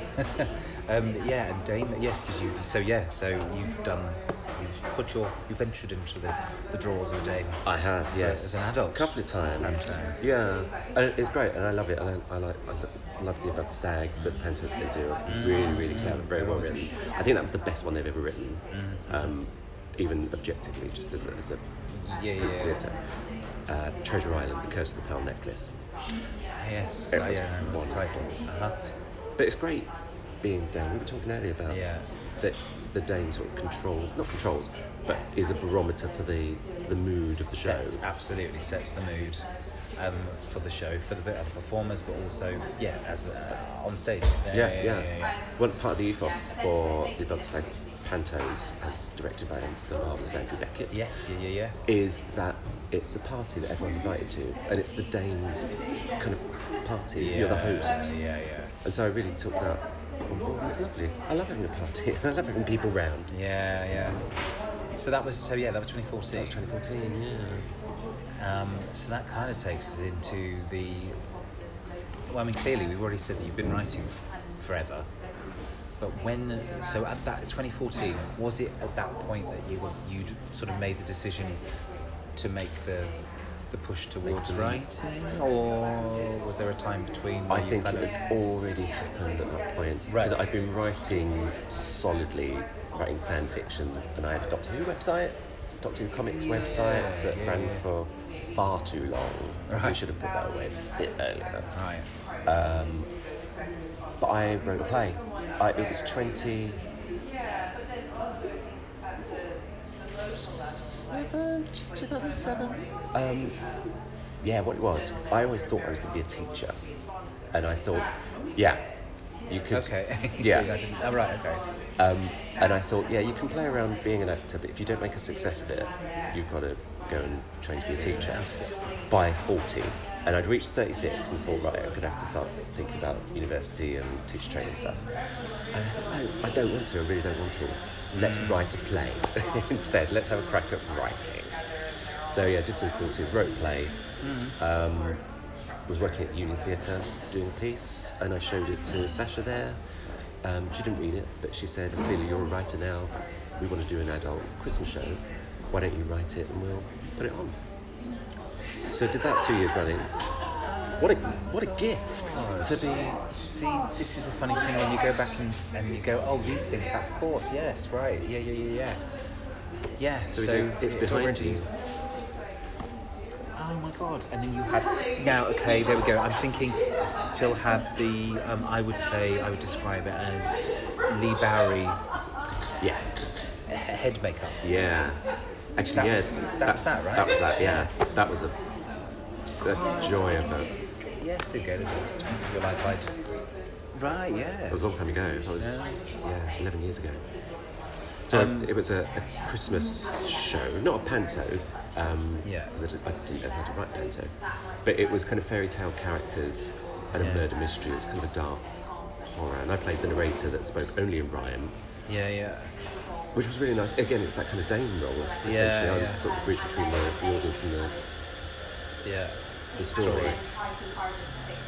Speaker 1: Um, yeah, and Dame. Yes, because you. So yeah, so you've done. You've put your. You've ventured into the, the drawers of Dame.
Speaker 2: I have, yes.
Speaker 1: as an adult?
Speaker 2: A couple of times.
Speaker 1: Okay.
Speaker 2: Yeah. And it's great and I love it. And I, I like I lo- love the Above the Stag, the Pantos they do are
Speaker 1: Mm.
Speaker 2: really, really clever, very well written. I think that was the best one they've ever written.
Speaker 1: Mm.
Speaker 2: Um, even objectively, just as a, as a
Speaker 1: Yeah, yeah.
Speaker 2: piece of theatre. Uh, Treasure Island, The Curse of the Pearl Necklace.
Speaker 1: Yes,
Speaker 2: It
Speaker 1: I
Speaker 2: was
Speaker 1: yeah, I remember the title.
Speaker 2: wonderful.
Speaker 1: Uh-huh.
Speaker 2: But it's great being Dane. We were talking earlier about
Speaker 1: Yeah.
Speaker 2: that the Dane sort of controls, not controls, but is a barometer for the, the mood of the show.
Speaker 1: Sets, absolutely sets the mood um, for the show, for the bit of performers, but also yeah, as uh, on stage.
Speaker 2: Yeah, yeah. Well, part of the ethos for the Blood Stag Pantos, as directed by the marvellous Andrew Beckett,
Speaker 1: Yes, yeah, yeah,
Speaker 2: is that it's a party that everyone's invited to, and it's the Dane's kind of party.
Speaker 1: yeah.
Speaker 2: You're the host.
Speaker 1: Yeah, yeah.
Speaker 2: And so I really took that on board. It's lovely. I love having a party, and I love having people round.
Speaker 1: Yeah, yeah. So that was so yeah, that was 2014.
Speaker 2: 2014, yeah.
Speaker 1: Um, so that kind of takes us into the. Well, I mean, clearly we've already said that you've been writing f- forever, but when so at that 2014 was it at that point that you were, you'd sort of made the decision to make the the push towards writing, or was there a time between? where
Speaker 2: I
Speaker 1: you
Speaker 2: think it
Speaker 1: kind of-
Speaker 2: had already happened at that point.
Speaker 1: Right.
Speaker 2: Because I'd been writing solidly, writing fan fiction, and I had a Doctor Who website, Doctor Who Comics website that ran for far too long. We should have put that away a bit earlier.
Speaker 1: Right.
Speaker 2: Um, But I wrote a play. I, it was 20. Seven, 2007? Um, yeah, what it was. I always thought I was going to be a teacher. And I thought, yeah, you could.
Speaker 1: Okay.
Speaker 2: Yeah.
Speaker 1: See, that didn't, oh, right. Okay.
Speaker 2: Um, and I thought, yeah, you can play around being an actor, but if you don't make a success of it, you've got to go and train to be a teacher by 40. And I'd reached 36 and thought, right, I'm going to have to start thinking about university and teacher training stuff. And I thought, no, I don't want to, I really don't want to. Let's write a play instead. Let's have a crack at writing. So, yeah, did some courses, wrote a play, um, was working at Union Theatre doing a piece, and I showed it to Sasha there. Um, she didn't read it, but she said, Ophelia, you're a writer now. We want to do an adult Christmas show. Why don't you write it and we'll put it on? So I did that two years running. What a, what a gift to be.
Speaker 1: See, this is a funny thing when you go back and, and you go, oh, these things have, of course, yes, right, yeah, yeah, yeah, yeah. Yeah, so,
Speaker 2: So, it's behind
Speaker 1: already-
Speaker 2: you.
Speaker 1: Oh my god! And then you had now. Okay, there we go. I'm thinking s- Phil had the. Um, I would say I would describe it as Lee Bowery
Speaker 2: Yeah.
Speaker 1: he- head makeup.
Speaker 2: Yeah. Actually,
Speaker 1: That
Speaker 2: yes.
Speaker 1: was- that was that, right?
Speaker 2: That was that, yeah. That was a, a joy of a.
Speaker 1: Yes, there you go. There's a your life light. Right. Yeah.
Speaker 2: That was a long time ago. That was yeah, eleven years ago. So it was a, a Christmas show, not a panto. Um,
Speaker 1: Yeah.
Speaker 2: 'cause I, did, I didn't know how to write panto, but it was kind of fairy tale characters and a
Speaker 1: Yeah.
Speaker 2: murder mystery. It's kind of a dark horror, and I played the narrator that spoke only in rhyme,
Speaker 1: Yeah. Yeah.
Speaker 2: which was really nice. Again, it's that kind of Dane role. es- Essentially, I was
Speaker 1: yeah.
Speaker 2: sort of the bridge between the, the audience and the,
Speaker 1: Yeah.
Speaker 2: the story.
Speaker 1: Story.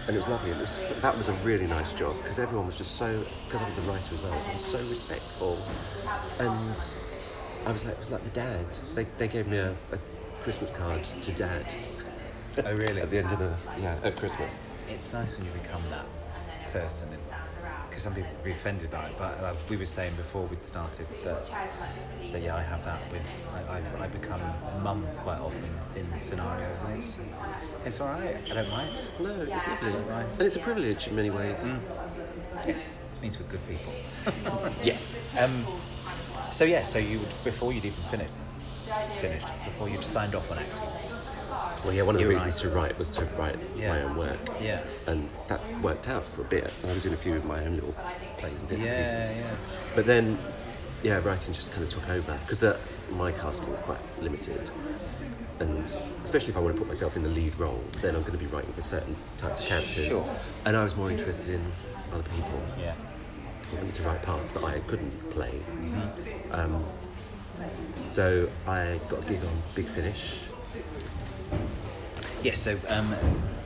Speaker 2: And it was lovely. It was, that was a really nice job because everyone was just so, because I was the writer as well, it was so respectful. And I was like, it was like the dad. They, they gave me a, a Christmas card to dad
Speaker 1: Oh really?
Speaker 2: at the end of the, yeah, at Christmas.
Speaker 1: it's nice when you become that person because some people would be offended by it but like we were saying before we'd started that, that yeah i have that with i, I, I become a mum quite often in scenarios and it's it's all right i don't mind
Speaker 2: No, it's lovely. Mm.
Speaker 1: Right.
Speaker 2: And it's a privilege in many ways.
Speaker 1: it means we're good people
Speaker 2: Yes.
Speaker 1: um, so yeah so you would before you'd even finished finished before you'd signed off on acting
Speaker 2: Well, yeah, one of the
Speaker 1: You're
Speaker 2: reasons
Speaker 1: right.
Speaker 2: to write was to write
Speaker 1: Yeah.
Speaker 2: my own work.
Speaker 1: yeah
Speaker 2: And that worked out for a bit. I was in a few of my own little plays and bits and
Speaker 1: yeah
Speaker 2: pieces.
Speaker 1: yeah
Speaker 2: But then, yeah, writing just kind of took over because uh, my casting was quite limited. And especially if I want to put myself in the lead role, then I'm going to be writing for certain types of characters.
Speaker 1: Sure.
Speaker 2: And I was more interested in other people.
Speaker 1: yeah
Speaker 2: I wanted to write parts that I couldn't play.
Speaker 1: Mm-hmm.
Speaker 2: Um, so I got a gig on Big Finish.
Speaker 1: yes so um,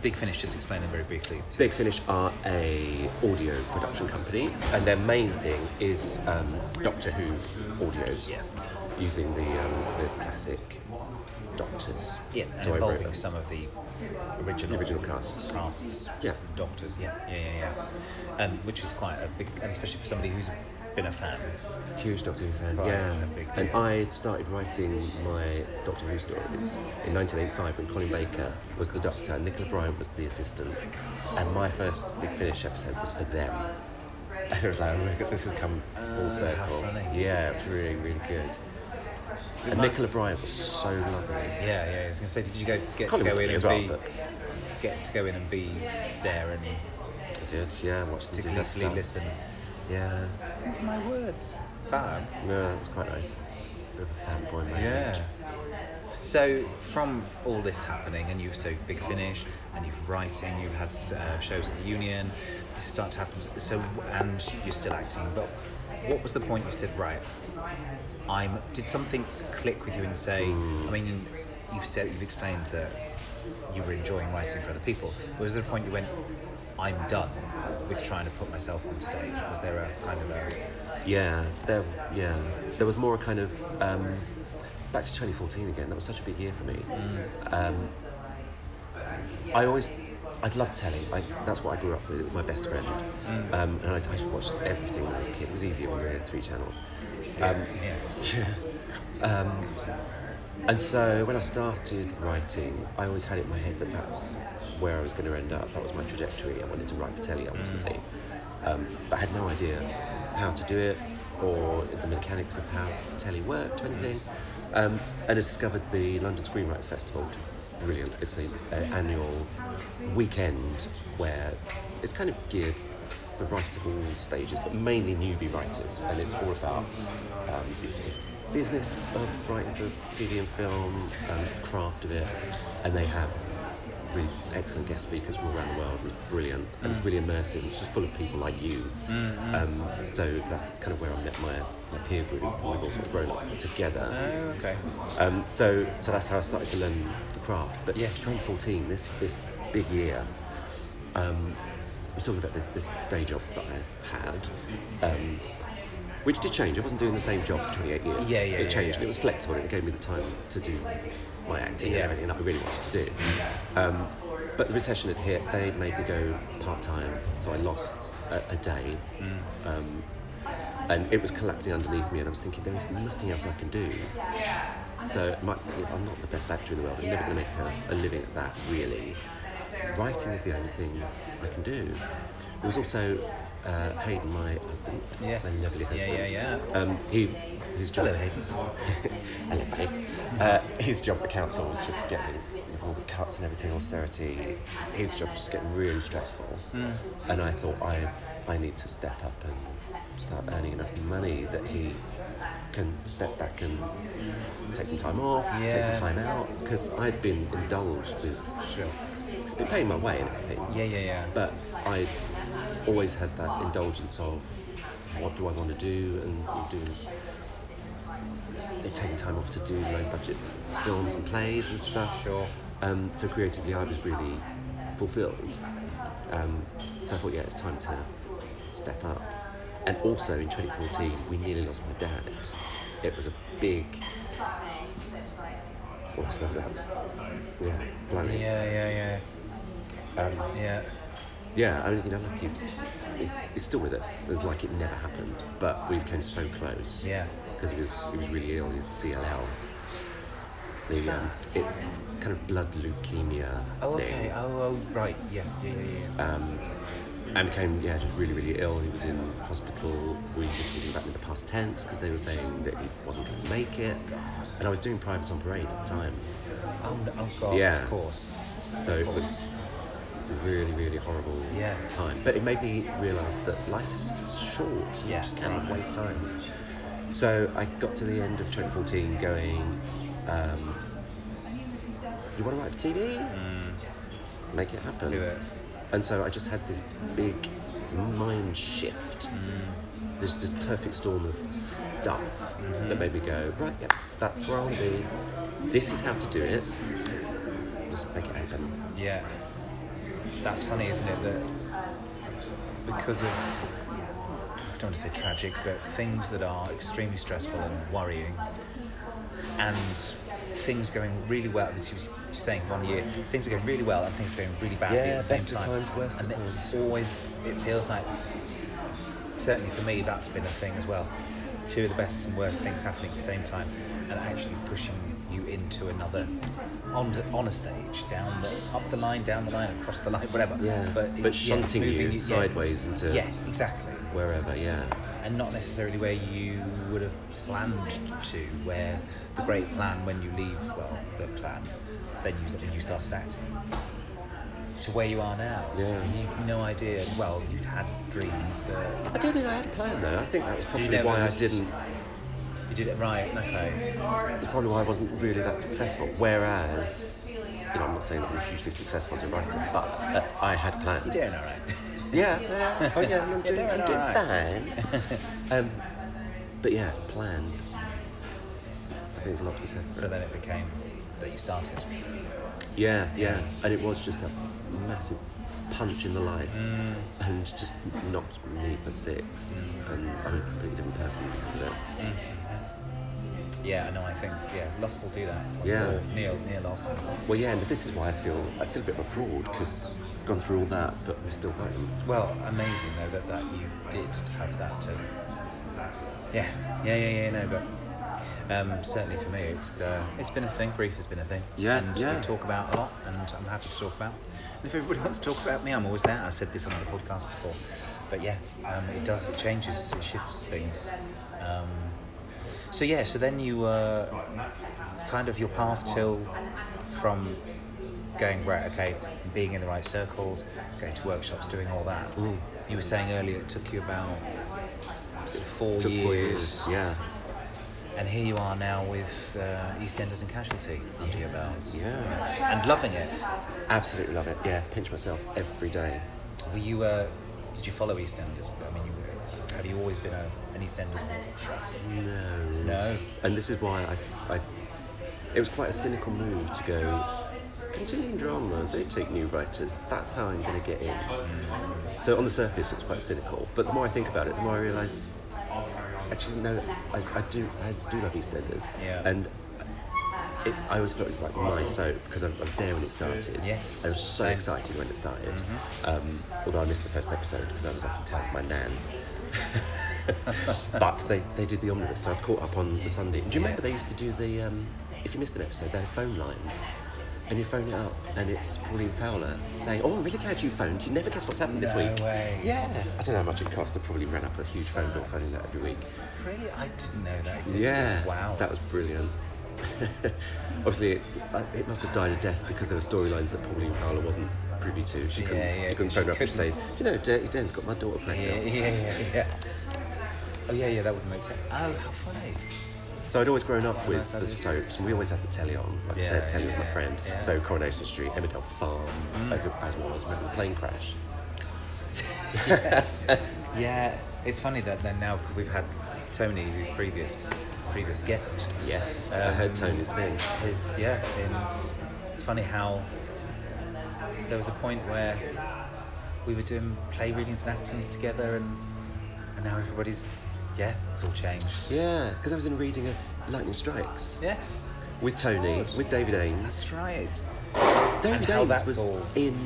Speaker 1: big finish just explain them very briefly to
Speaker 2: Big Finish are a audio production company, and their main thing is um, Doctor Who audios, using the, um, the classic Doctors.
Speaker 1: Yeah, and
Speaker 2: I wrote
Speaker 1: involving
Speaker 2: a-
Speaker 1: some of the original,
Speaker 2: The original cast.
Speaker 1: casts,
Speaker 2: Yeah.
Speaker 1: doctors, yeah, yeah, yeah, yeah. Um, which is quite a big, and especially for somebody who's been a fan.
Speaker 2: huge Doctor Who fan.
Speaker 1: Right,
Speaker 2: yeah,
Speaker 1: a big
Speaker 2: and
Speaker 1: deal.
Speaker 2: I had started writing my Doctor Who stories in 1985 when Colin Baker was the Doctor and Nicola Bryant was the assistant, and my first Big Finish episode was for them. Uh, And I was like, oh my God, this has come full circle.
Speaker 1: funny.
Speaker 2: Yeah, it was really, really good. And Nicola Bryant was so lovely.
Speaker 1: Yeah, yeah. I was going to say, did you go get
Speaker 2: Colin
Speaker 1: to
Speaker 2: was
Speaker 1: go in and
Speaker 2: lovely as well,
Speaker 1: be
Speaker 2: but-
Speaker 1: get to go in and be there and
Speaker 2: I did, yeah, I watched them do
Speaker 1: particularly
Speaker 2: that stuff.
Speaker 1: listen?
Speaker 2: Yeah,
Speaker 1: These are my words. Fab.
Speaker 2: no, it was quite nice. Bit of a fanboy moment.
Speaker 1: Yeah. So from all this happening, and you've so big finish, and you're writing, you've had uh, shows at the Union. This starts to happen. So and you're still acting, but what was the point you said right? I'm. Did something click with you and say? I mean, you, you've said you've explained that you were enjoying writing for other people. Was there a point you went? I'm done with trying to put myself on stage. Was there a kind of a
Speaker 2: Yeah, there. Yeah, there was more a kind of um, back to 2014 again. That was such a big year for me. Um, I always, I'd loved telly. I, that's what I grew up with. It was my best friend, um, and I, I watched everything when I was a kid. It was easier when we had three channels. Um,
Speaker 1: yeah.
Speaker 2: and so when I started writing, I always had it in my head that that's where I was going to end up. That was my trajectory. I wanted to write for telly ultimately. Um, but I had no idea how to do it or the mechanics of how telly worked or anything. Um, and I discovered the London Screenwriters Festival, which is brilliant. It's an annual weekend where it's kind of geared for writers of all stages, but mainly newbie writers. And it's all about um, the- business of writing for TV and film, um, the craft of it, and they have really excellent guest speakers from all around the world. It was brilliant and it's really immersive. It's just full of people like you. Um, so that's kind of where I met my, my peer group. and We've all sort of grown up together.
Speaker 1: Oh, okay.
Speaker 2: Um, so, so that's how I started to learn the craft. But yeah, 2014, this this big year, um, I was talking about this, this day job that I had, um, which did change. I wasn't doing the same job for 28 years.
Speaker 1: Yeah, yeah,
Speaker 2: It
Speaker 1: yeah,
Speaker 2: changed.
Speaker 1: yeah.
Speaker 2: It was flexible and it gave me the time to do my acting
Speaker 1: Yeah.
Speaker 2: and everything that I really wanted to do. Um, but the recession had hit, they made me go part time, so I lost a, a day. Um, and it was collapsing underneath me, and I was thinking, there's nothing else I can do. So my, I'm not the best actor in the world. I'm never going to make a, a living at that, really. Writing is the only thing I can do. There was also uh, Hayden, my husband. My lovely
Speaker 1: Yes.
Speaker 2: husband.
Speaker 1: Yeah, yeah, yeah.
Speaker 2: Um, he, his job.
Speaker 1: Hello, Hayden.
Speaker 2: Hello, babe. Uh, his job at council was just getting with all the cuts and everything, austerity. His job was just getting really stressful, and I thought I, I need to step up and start earning enough money that he can step back and take some time off, take
Speaker 1: Yeah.
Speaker 2: some time out, because I'd been indulged with,
Speaker 1: Sure.
Speaker 2: been paying my way and everything.
Speaker 1: Yeah, yeah, yeah.
Speaker 2: But I'd always had that indulgence of what do I want to do and do taking time off to do low budget films and plays and stuff.
Speaker 1: Sure.
Speaker 2: Um, so creatively, I was really fulfilled. Um, so I thought, yeah, it's time to step up. And also in 2014, we nearly lost my dad. It was a big. Oh, I smelled that. Yeah, blimey.
Speaker 1: Yeah, yeah,
Speaker 2: Um,
Speaker 1: yeah. Yeah.
Speaker 2: yeah, I mean, you know, like it, it's, it's still with us. It's like it never happened, but we came so close.
Speaker 1: Yeah.
Speaker 2: Because he was he was really ill. He had CLL.
Speaker 1: What's
Speaker 2: The, um,
Speaker 1: that?
Speaker 2: it's kind of blood leukemia.
Speaker 1: Oh,
Speaker 2: thing.
Speaker 1: okay. Oh, oh, right. Yeah, yeah, yeah, yeah.
Speaker 2: Um, and became yeah just really really ill. He was in hospital. We were talking about him in the past tense because they were saying that he wasn't going to make it. And I was doing privates on parade at the time,
Speaker 1: Oh, no, oh God.
Speaker 2: Yeah.
Speaker 1: Of course.
Speaker 2: so
Speaker 1: Of
Speaker 2: it
Speaker 1: course.
Speaker 2: was a really really horrible
Speaker 1: Yeah.
Speaker 2: time. But it made me realise that life is short. You
Speaker 1: Yeah,
Speaker 2: just cannot
Speaker 1: right.
Speaker 2: waste time. So I got to the end of 2014 going, um, you want to write for TV? Make it happen.
Speaker 1: Mm. Do it.
Speaker 2: And so I just had this big mind shift. This this perfect storm of stuff that made me go, right, yeah, that's where I'll be. This is how to do it. Just make it happen.
Speaker 1: Yeah. That's funny, isn't it? That because of, I don't want to say tragic, but things that are extremely stressful and worrying, and things going really well. As you were saying one year, things are going really well and things are going really badly
Speaker 2: Yeah,
Speaker 1: at the same
Speaker 2: best of
Speaker 1: time.
Speaker 2: times, worst of
Speaker 1: and
Speaker 2: times.
Speaker 1: It's always, it feels like, certainly for me, that's been a thing as well. Two of the best and worst things happening at the same time, and actually pushing you into another, on, on a stage, down the, up the line, down the line, across the line, whatever.
Speaker 2: Yeah, but shunting you
Speaker 1: moving yeah.
Speaker 2: sideways into-
Speaker 1: Yeah, exactly
Speaker 2: Wherever, yeah.
Speaker 1: and not necessarily where you would have planned to. Where the great plan, when you leave, well, the plan, then you when you started acting, to where you are now.
Speaker 2: Yeah.
Speaker 1: And you've no idea. Well, you'd had dreams, but
Speaker 2: I don't think I had a plan though. I think that was probably
Speaker 1: never
Speaker 2: why I
Speaker 1: was-
Speaker 2: didn't.
Speaker 1: you did it right. Okay.
Speaker 2: It's probably why I wasn't really that successful. Whereas, you know, I'm not saying that I'm hugely successful as a writer, but uh, I had a plan.
Speaker 1: You're doing all right.
Speaker 2: Yeah, yeah. Oh, yeah, I'm doing,
Speaker 1: doing
Speaker 2: I'm
Speaker 1: all
Speaker 2: doing
Speaker 1: right.
Speaker 2: fine. um, but yeah, planned. I think there's a lot to be said. For
Speaker 1: so
Speaker 2: it.
Speaker 1: then it became that you started.
Speaker 2: Yeah, yeah, and it was just a massive punch in the life
Speaker 1: Mm.
Speaker 2: and just knocked me for six. And I'm a completely different person because of it.
Speaker 1: Yeah, no, I think yeah, Loss will do that.
Speaker 2: Yeah.
Speaker 1: Or Neil, Neil Lawson.
Speaker 2: Well, yeah, and this is why I feel I feel a bit of a fraud because gone through all that, but we're still going.
Speaker 1: Well, amazing though that, that you did have that. To, yeah, yeah, yeah, yeah. No, but um, certainly for me, it's uh, it's been a thing. Grief has been a thing.
Speaker 2: Yeah,
Speaker 1: and
Speaker 2: yeah.
Speaker 1: we talk about a lot, and I'm happy to talk about. And if everybody wants to talk about me, I'm always there. I said this on other podcasts before, but yeah, um, it does. It changes. It shifts things. Um, so yeah, so then you uh, kind of your path till from going right, okay, being in the right circles, going to workshops, doing all that. You were saying earlier it took you about sort of four,
Speaker 2: Took
Speaker 1: years,
Speaker 2: four years, yeah,
Speaker 1: and here you are now with uh, EastEnders and Casualty under your belts,
Speaker 2: yeah.
Speaker 1: and loving it.
Speaker 2: Absolutely love it. Yeah, pinch myself every day.
Speaker 1: Were you? Uh, did you follow EastEnders? I mean, you were, have you always been a, an EastEnders watcher?
Speaker 2: No.
Speaker 1: No.
Speaker 2: And this is why I, I. It was quite a cynical move to go. Continuing drama, they take new writers. That's how I'm going to get in. So on the surface, it was quite cynical. But the more I think about it, the more I realise, actually, no, I, I do, I do love EastEnders.
Speaker 1: Yeah.
Speaker 2: And it, I always felt it was like my soap because I, I was there when it started.
Speaker 1: Yes.
Speaker 2: I was so
Speaker 1: Same. Mm-hmm.
Speaker 2: excited when it started. Um, although I missed the first episode because I was up in town with my nan. but they, they did the omnibus, so I caught up on the Sunday. Do you remember they used to do the, um, if you missed an episode, they had a phone line. And you phone it up, and it's Pauline Fowler saying, Oh, I'm really glad you phoned. You never guess what's happened this
Speaker 1: No
Speaker 2: week.
Speaker 1: way.
Speaker 2: Yeah. I don't know how much it cost. I probably ran up a huge phone bill phoning that every week.
Speaker 1: Really, I didn't know that existed.
Speaker 2: Yeah.
Speaker 1: Wow.
Speaker 2: That was brilliant. Obviously, it, uh, it must have died a death because there were storylines that Pauline Fowler wasn't privy to. She couldn't,
Speaker 1: Yeah, yeah,
Speaker 2: you couldn't
Speaker 1: she
Speaker 2: phone her up and say,
Speaker 1: couldn't.
Speaker 2: You know, Dirty Dan's got my daughter
Speaker 1: Yeah,
Speaker 2: pregnant.
Speaker 1: yeah, yeah, yeah. Oh yeah, yeah, that would make sense. Oh, how funny.
Speaker 2: So I'd always grown up with
Speaker 1: nice
Speaker 2: the
Speaker 1: idea.
Speaker 2: soaps, and we always had the telly on. Like I
Speaker 1: Yeah,
Speaker 2: said, telly was my
Speaker 1: yeah,
Speaker 2: friend.
Speaker 1: yeah. Mm.
Speaker 2: So Coronation Street, Emmerdale Farm, as, as well as remember the plane crash.
Speaker 1: yes. yeah, it's funny that then now we've had Tony, who's previous previous guest,
Speaker 2: Yes, Uh, I heard Tony's thing.
Speaker 1: is yeah, and it's funny how there was a point where we were doing play readings and actings together, and and now everybody's yeah, it's all changed.
Speaker 2: Yeah, because I was in reading of Lightning Strikes
Speaker 1: Yes,
Speaker 2: with Tony,
Speaker 1: God.
Speaker 2: with David Ames.
Speaker 1: that's right.
Speaker 2: David
Speaker 1: And how
Speaker 2: Ames
Speaker 1: that's
Speaker 2: was
Speaker 1: all- Mm.
Speaker 2: in.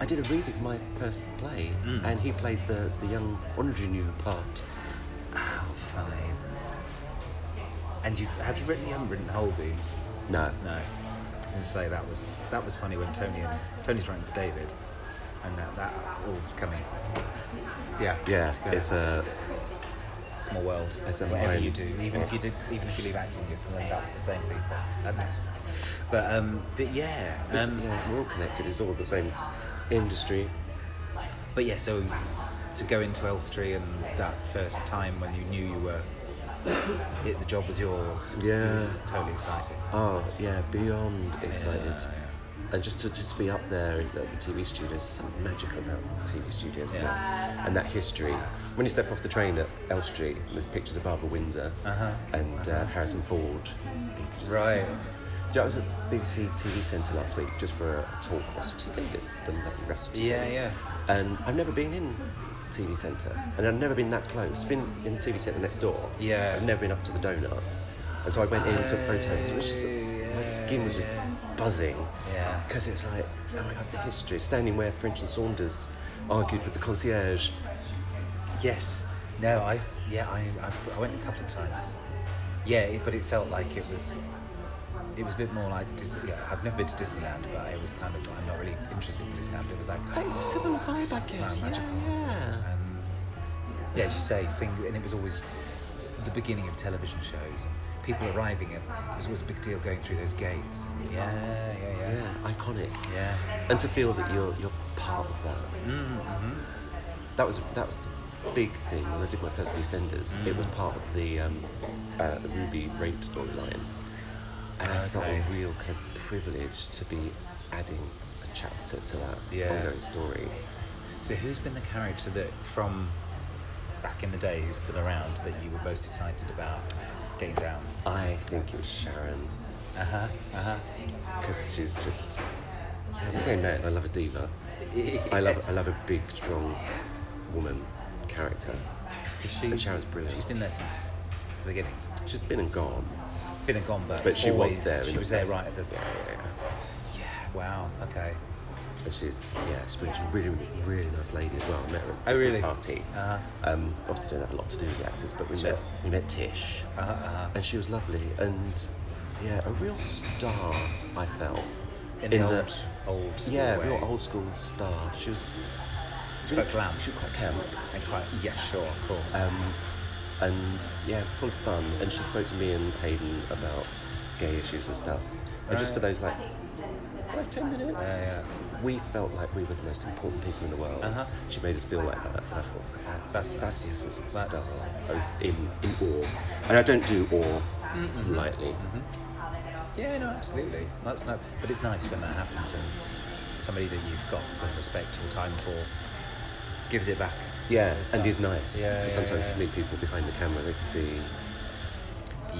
Speaker 2: I did a reading of my first play, and he played the, the young ingenue part.
Speaker 1: How Oh, funny is it? And you've have you written? You haven't written Holby.
Speaker 2: No.
Speaker 1: No. I was going to say that was that was funny when Tony and Tony's writing for David, and that that all coming. Yeah.
Speaker 2: Yeah,
Speaker 1: together.
Speaker 2: it's uh, a.
Speaker 1: small world.
Speaker 2: it's a
Speaker 1: Whatever
Speaker 2: mine.
Speaker 1: you do, even if you did, even if you leave acting, you still end up with the same people. I don't know. But um, but yeah,
Speaker 2: it's-
Speaker 1: um,
Speaker 2: yeah, we're all connected. It's all the same industry.
Speaker 1: but yeah. So to go into Elstree and that first time when you knew you were, it, the job was yours. you
Speaker 2: Yeah.
Speaker 1: were totally excited.
Speaker 2: Oh yeah, beyond excited.
Speaker 1: Yeah,
Speaker 2: And just to just be up there at the TV studios, something magical about TV studios and, that, and that history. When you step off the train at L Street, there's pictures of Barbara Windsor and uh, Harrison Ford. Just-
Speaker 1: Uh-huh. Right.
Speaker 2: Do you know, I was at BBC TV Centre last week just for a talk with Russell T Davies, the lovely Russell T
Speaker 1: Yeah,
Speaker 2: Davies.
Speaker 1: yeah.
Speaker 2: And I've never been in TV Centre, and I've never been that close. Been in TV Centre next door.
Speaker 1: Yeah.
Speaker 2: I've never been up to the donut. And so I went in, took photos. It was just,
Speaker 1: Oh,
Speaker 2: my skin was just buzzing.
Speaker 1: Yeah.
Speaker 2: Because it's like, oh my god, the history. Standing where French and Saunders argued with the concierge.
Speaker 1: Yes. No, I yeah, I, I, I went a couple of times. Yeah, it, but it felt like it was it was a bit more like Dis- yeah, I've never been to Disneyland, but it was kind of I'm not really interested in Disneyland. It was like "Oh,
Speaker 2: similar vibe, I
Speaker 1: this is
Speaker 2: guess. Yeah,
Speaker 1: magical.
Speaker 2: yeah.
Speaker 1: And, yeah, as you say, thing, and it was always the beginning of television shows. And people arriving at it was always a big deal going through those gates. Yeah, yeah, yeah,
Speaker 2: Yeah, iconic.
Speaker 1: yeah.
Speaker 2: And to feel that you're you're part of that. Mm-hmm. That was that was the big thing when I did my first EastEnders. It was part of the um, uh, the Ruby rape storyline, and I felt
Speaker 1: Okay.
Speaker 2: a real kind of privilege to be adding a chapter to that
Speaker 1: Yeah.
Speaker 2: ongoing story.
Speaker 1: So who's been the character that from back in the day who's still around that you were most excited about getting down?
Speaker 2: I think it was Sharon Uh-huh,
Speaker 1: Uh huh. Uh huh.
Speaker 2: because she's just. I think I met. I love a diva. I love I
Speaker 1: Yes.
Speaker 2: love a big, strong woman character.
Speaker 1: She's,
Speaker 2: Sharon's brilliant.
Speaker 1: She's been there since the beginning.
Speaker 2: She's been and gone,
Speaker 1: Been a gone, but,
Speaker 2: but she
Speaker 1: always,
Speaker 2: was there. in
Speaker 1: She
Speaker 2: the
Speaker 1: was there
Speaker 2: first-
Speaker 1: right at the.
Speaker 2: Yeah, yeah, yeah.
Speaker 1: Yeah. Wow. Okay.
Speaker 2: And she's yeah, she's been she's a really, really, really nice lady as well. I met her at a
Speaker 1: Oh,
Speaker 2: Christmas
Speaker 1: really?
Speaker 2: party.
Speaker 1: Uh-huh.
Speaker 2: Um, obviously, don't have a lot to do with the actors, but we
Speaker 1: Sure.
Speaker 2: met we met Tish,
Speaker 1: Uh-huh, uh-huh.
Speaker 2: and she was lovely and yeah, a real star. I felt
Speaker 1: In, the old, old school
Speaker 2: yeah,
Speaker 1: way.
Speaker 2: real old school star. She was
Speaker 1: Quite glam.
Speaker 2: She was quite camp.
Speaker 1: And quite. Yeah. Sure. Of course.
Speaker 2: Um, and yeah, full of fun. And she spoke to me and Hayden about gay issues and stuff. And just for those like five, ten minutes,
Speaker 1: Yeah,
Speaker 2: we felt like we were the most important people in the world.
Speaker 1: Uh-huh.
Speaker 2: She made us feel like that. And I thought, that's,
Speaker 1: That's-
Speaker 2: that's, the essence of
Speaker 1: that's-
Speaker 2: star. I was in, in awe. And I don't do awe lightly.
Speaker 1: Mm-hmm. yeah. No. Absolutely. That's no. But it's nice when that happens and somebody that you've got some respect or time for gives it back.
Speaker 2: Yeah,
Speaker 1: It's
Speaker 2: and is nice.
Speaker 1: Yeah.
Speaker 2: Because
Speaker 1: yeah,
Speaker 2: sometimes
Speaker 1: yeah.
Speaker 2: you meet people behind the camera, they could be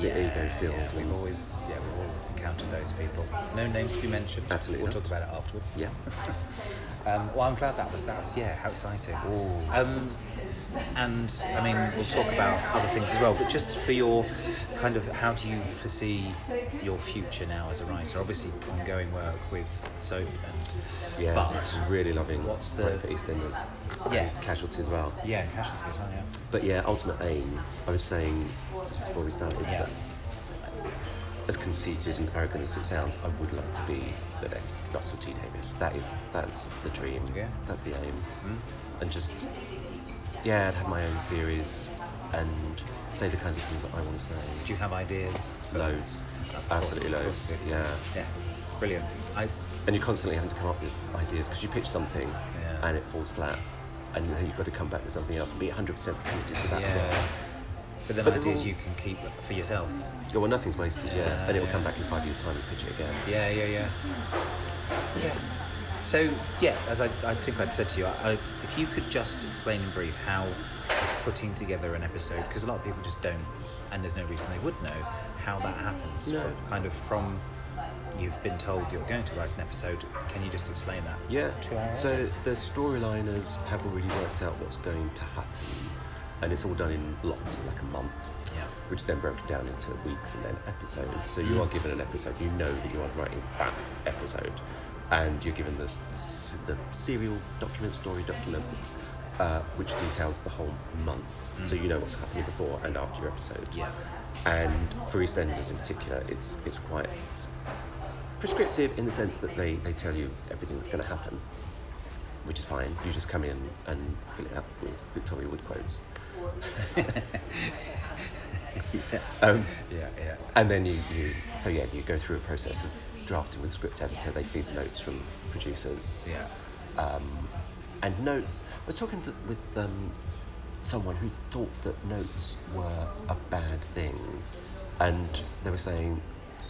Speaker 2: bit ego-filled
Speaker 1: Yeah, we've
Speaker 2: and-
Speaker 1: always yeah we've all encountered those people. No names to be mentioned.
Speaker 2: Absolutely
Speaker 1: We'll
Speaker 2: not.
Speaker 1: talk about it afterwards.
Speaker 2: yeah.
Speaker 1: Um, well, I'm glad that was that was yeah how exciting.
Speaker 2: Ooh.
Speaker 1: Um, and I mean we'll talk about other things as well. But just for your kind of how do you foresee your future now as a writer? Obviously ongoing work with soap and
Speaker 2: Yeah,
Speaker 1: but
Speaker 2: really loving
Speaker 1: what's
Speaker 2: what's
Speaker 1: the-
Speaker 2: the for EastEnders.
Speaker 1: Yeah.
Speaker 2: And casualty as well.
Speaker 1: yeah casualty as well yeah.
Speaker 2: But yeah, ultimate aim. I was saying just before we started
Speaker 1: Yeah.
Speaker 2: that as conceited and arrogant as it sounds, I would like to be the next Russell T Davis. That is that's the dream.
Speaker 1: Yeah.
Speaker 2: That's the aim.
Speaker 1: Hmm?
Speaker 2: And just yeah, I'd have my own series and say the kinds of things that I want to say.
Speaker 1: Do you have ideas? for-
Speaker 2: Loads.
Speaker 1: Of course,
Speaker 2: Absolutely
Speaker 1: of
Speaker 2: loads.
Speaker 1: course you do.
Speaker 2: Yeah.
Speaker 1: Yeah, brilliant. I
Speaker 2: And you're constantly having to come up with ideas because you pitch something
Speaker 1: Yeah.
Speaker 2: and it falls flat. And then you've got to come back with something else and be 100% committed to that as well.
Speaker 1: yeah. But then
Speaker 2: But they're
Speaker 1: ideas
Speaker 2: all-
Speaker 1: you can keep for yourself.
Speaker 2: Yeah, well, nothing's wasted, yeah.
Speaker 1: Yeah,
Speaker 2: and it will
Speaker 1: yeah.
Speaker 2: come back in five years' time and pitch it again.
Speaker 1: Yeah, yeah, yeah. Yeah. So, yeah, as I, I think I'd said to you, I, I, if you could just explain in brief how putting together an episode, because a lot of people just don't, and there's no reason they would know how that happens.
Speaker 2: No.
Speaker 1: From- Kind of from you've been told you're going to write an episode, can you just explain that?
Speaker 2: Yeah.
Speaker 1: To our
Speaker 2: So the storyliners haven't really worked out what's going to happen, and it's all done in blocks, like a month,
Speaker 1: Yeah.
Speaker 2: which is then broken down into weeks and then episodes. So you are given an episode, you know that you are writing that episode, and you're given the s- the serial document, story document, uh, which details the whole month. So you know what's happening before and after your episode.
Speaker 1: Yeah.
Speaker 2: And for EastEnders in particular, it's it's quite prescriptive in the sense that they, they tell you everything that's going to happen, which is fine. You just come in and fill it up with Victoria Wood quotes.
Speaker 1: Yes.
Speaker 2: Um,
Speaker 1: yeah, yeah.
Speaker 2: and then you, you, so yeah, you go through a process of drafting with the script editor. They feed notes from producers.
Speaker 1: Yeah.
Speaker 2: Um, and notes, I was talking to, with um, someone who thought that notes were a bad thing. And they were saying,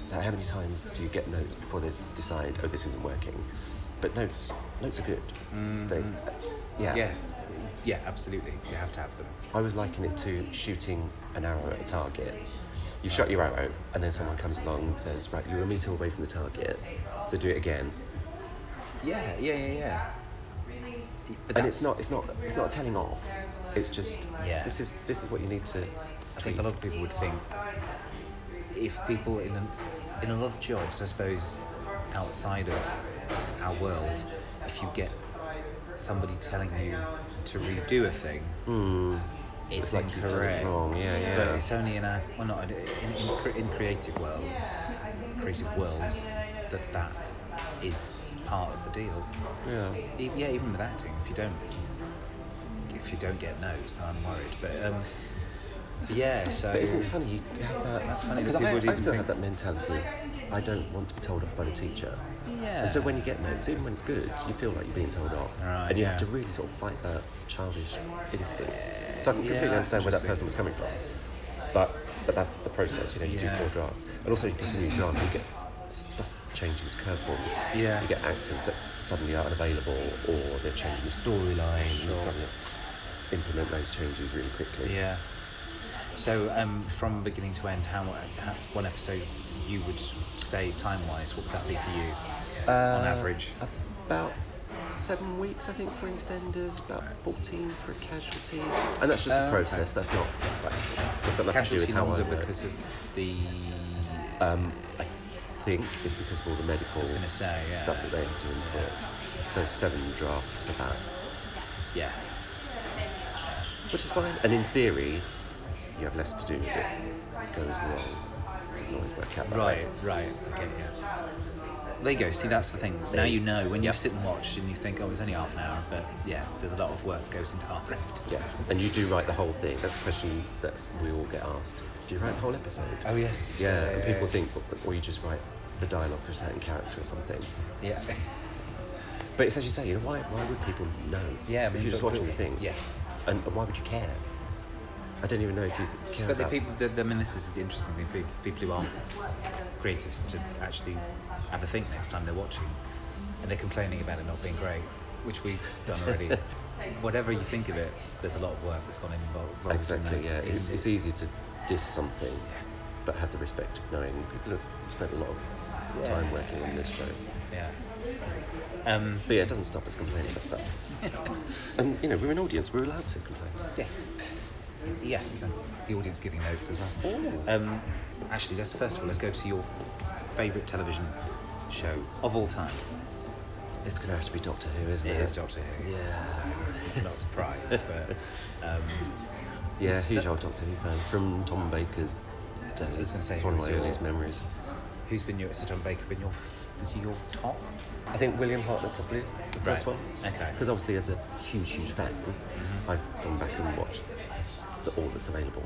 Speaker 2: so how many times do you get notes before they decide, oh, this isn't working? But notes, notes are good. They, yeah.
Speaker 1: Yeah. Yeah, absolutely. You have to have them.
Speaker 2: I was liking it to shooting an arrow at a target. You shot your arrow, and then someone comes along and says, right, you're a meter away from the target, so do it again.
Speaker 1: Yeah, yeah, yeah, yeah. But
Speaker 2: and it's
Speaker 1: that's-
Speaker 2: not it's not it's not a telling off it's just
Speaker 1: Yeah.
Speaker 2: this is this is what you need to
Speaker 1: I think a lot of people would think if people in a, in a lot of jobs, I suppose, outside of our world, if you get somebody telling you to redo a thing,
Speaker 2: hmm,
Speaker 1: it's,
Speaker 2: It's like you've done it
Speaker 1: incorrect.
Speaker 2: wrong, yeah, yeah.
Speaker 1: But it's only in our well, not in, in, in, cre- in creative world, creative worlds that that is part of the deal.
Speaker 2: yeah
Speaker 1: E- Yeah, even with acting, if you don't, if you don't get notes, then I'm worried. But um, yeah, so
Speaker 2: but isn't it funny you have that
Speaker 1: That's funny
Speaker 2: because
Speaker 1: that
Speaker 2: I,
Speaker 1: people
Speaker 2: I
Speaker 1: didn't
Speaker 2: still
Speaker 1: think-
Speaker 2: have that mentality of, I don't want to be told off by the teacher
Speaker 1: Yeah.
Speaker 2: and so when you get notes even when it's good you feel like you're being told off
Speaker 1: Right,
Speaker 2: and you
Speaker 1: yeah.
Speaker 2: have to really sort of fight that childish instinct so I can
Speaker 1: Yeah,
Speaker 2: completely
Speaker 1: that's
Speaker 2: understand where that
Speaker 1: interesting.
Speaker 2: person was coming from but but that's the process you know you
Speaker 1: Yeah.
Speaker 2: do four drafts and also you continue drama you get stuff changing as curveballs
Speaker 1: Yeah.
Speaker 2: you get actors that suddenly are unavailable or they're changing the storyline.
Speaker 1: Sure.
Speaker 2: You've got to implement those changes really quickly.
Speaker 1: yeah. So um, from beginning to end, how, how one episode you would say time wise? What would that be for you on average?
Speaker 2: Uh, About seven weeks, I think, for extenders, about 14 for a casualty. And that's just the process, that's not, like, that's got nothing to
Speaker 1: Casualty
Speaker 2: do with how I
Speaker 1: longer
Speaker 2: work.
Speaker 1: because of the.
Speaker 2: Um, I think it's because of all the medical
Speaker 1: gonna say, yeah.
Speaker 2: stuff that they had to input. So seven drafts for that,
Speaker 1: Yeah.
Speaker 2: which is fine. And in theory, you have less to do as it goes along. It doesn't always work out that
Speaker 1: Right,
Speaker 2: way.
Speaker 1: right. Okay, yeah. There you go. See, that's the thing. Now you know when you sit and watch and you think, oh, it's only half an hour, but yeah, there's a lot of work that goes into half an hour.
Speaker 2: Yes, and you do write the whole thing. That's a question that we all get asked. Do you write the whole episode?
Speaker 1: Oh, yes.
Speaker 2: yeah, and
Speaker 1: uh,
Speaker 2: people think, or you just write the dialogue for a certain character or something.
Speaker 1: Yeah.
Speaker 2: But it's as you say, you know, why, why would people know?
Speaker 1: Yeah, I
Speaker 2: if
Speaker 1: mean,
Speaker 2: you're just
Speaker 1: but-
Speaker 2: watching the
Speaker 1: but-
Speaker 2: thing.
Speaker 1: yeah.
Speaker 2: And why would you care? I don't even know if you care
Speaker 1: But the
Speaker 2: about
Speaker 1: people, the, the- I mean, this is the interesting thing. People, people who aren't creatives to actually have a think next time they're watching, and they're complaining about it not being great, which we've done already. Whatever you think of it, there's a lot of work that's gone involved. involved
Speaker 2: Exactly,
Speaker 1: In
Speaker 2: yeah.
Speaker 1: that.
Speaker 2: It's, it's easy to diss something, but have the respect of knowing people have spent a lot of time working on this show.
Speaker 1: yeah.
Speaker 2: e-
Speaker 1: Um,
Speaker 2: But yeah, it doesn't stop us complaining about stuff. and, you know, we're an audience, we're allowed to complain.
Speaker 1: yeah. Yeah, exactly. The audience giving notes as well.
Speaker 2: Ooh.
Speaker 1: Um, actually, let's first of all let's go to your favourite television show of all time.
Speaker 2: It's going to have to be Doctor Who, isn't
Speaker 1: It
Speaker 2: it?
Speaker 1: is Doctor Who.
Speaker 2: Yeah.
Speaker 1: So, not surprised, but um,
Speaker 2: Yeah,
Speaker 1: It's-
Speaker 2: huge old Doctor Who fan from Tom Baker's days.
Speaker 1: was gonna say,
Speaker 2: it's one of
Speaker 1: who's
Speaker 2: my
Speaker 1: your-
Speaker 2: earliest memories.
Speaker 1: who's been your Sir John Baker? Been your was he your top?
Speaker 2: I think William Hartnell probably is the first
Speaker 1: Right.
Speaker 2: one.
Speaker 1: Okay.
Speaker 2: Because obviously, as a huge, huge fan,
Speaker 1: Mm-hmm.
Speaker 2: I've gone back and watched the, all that's available,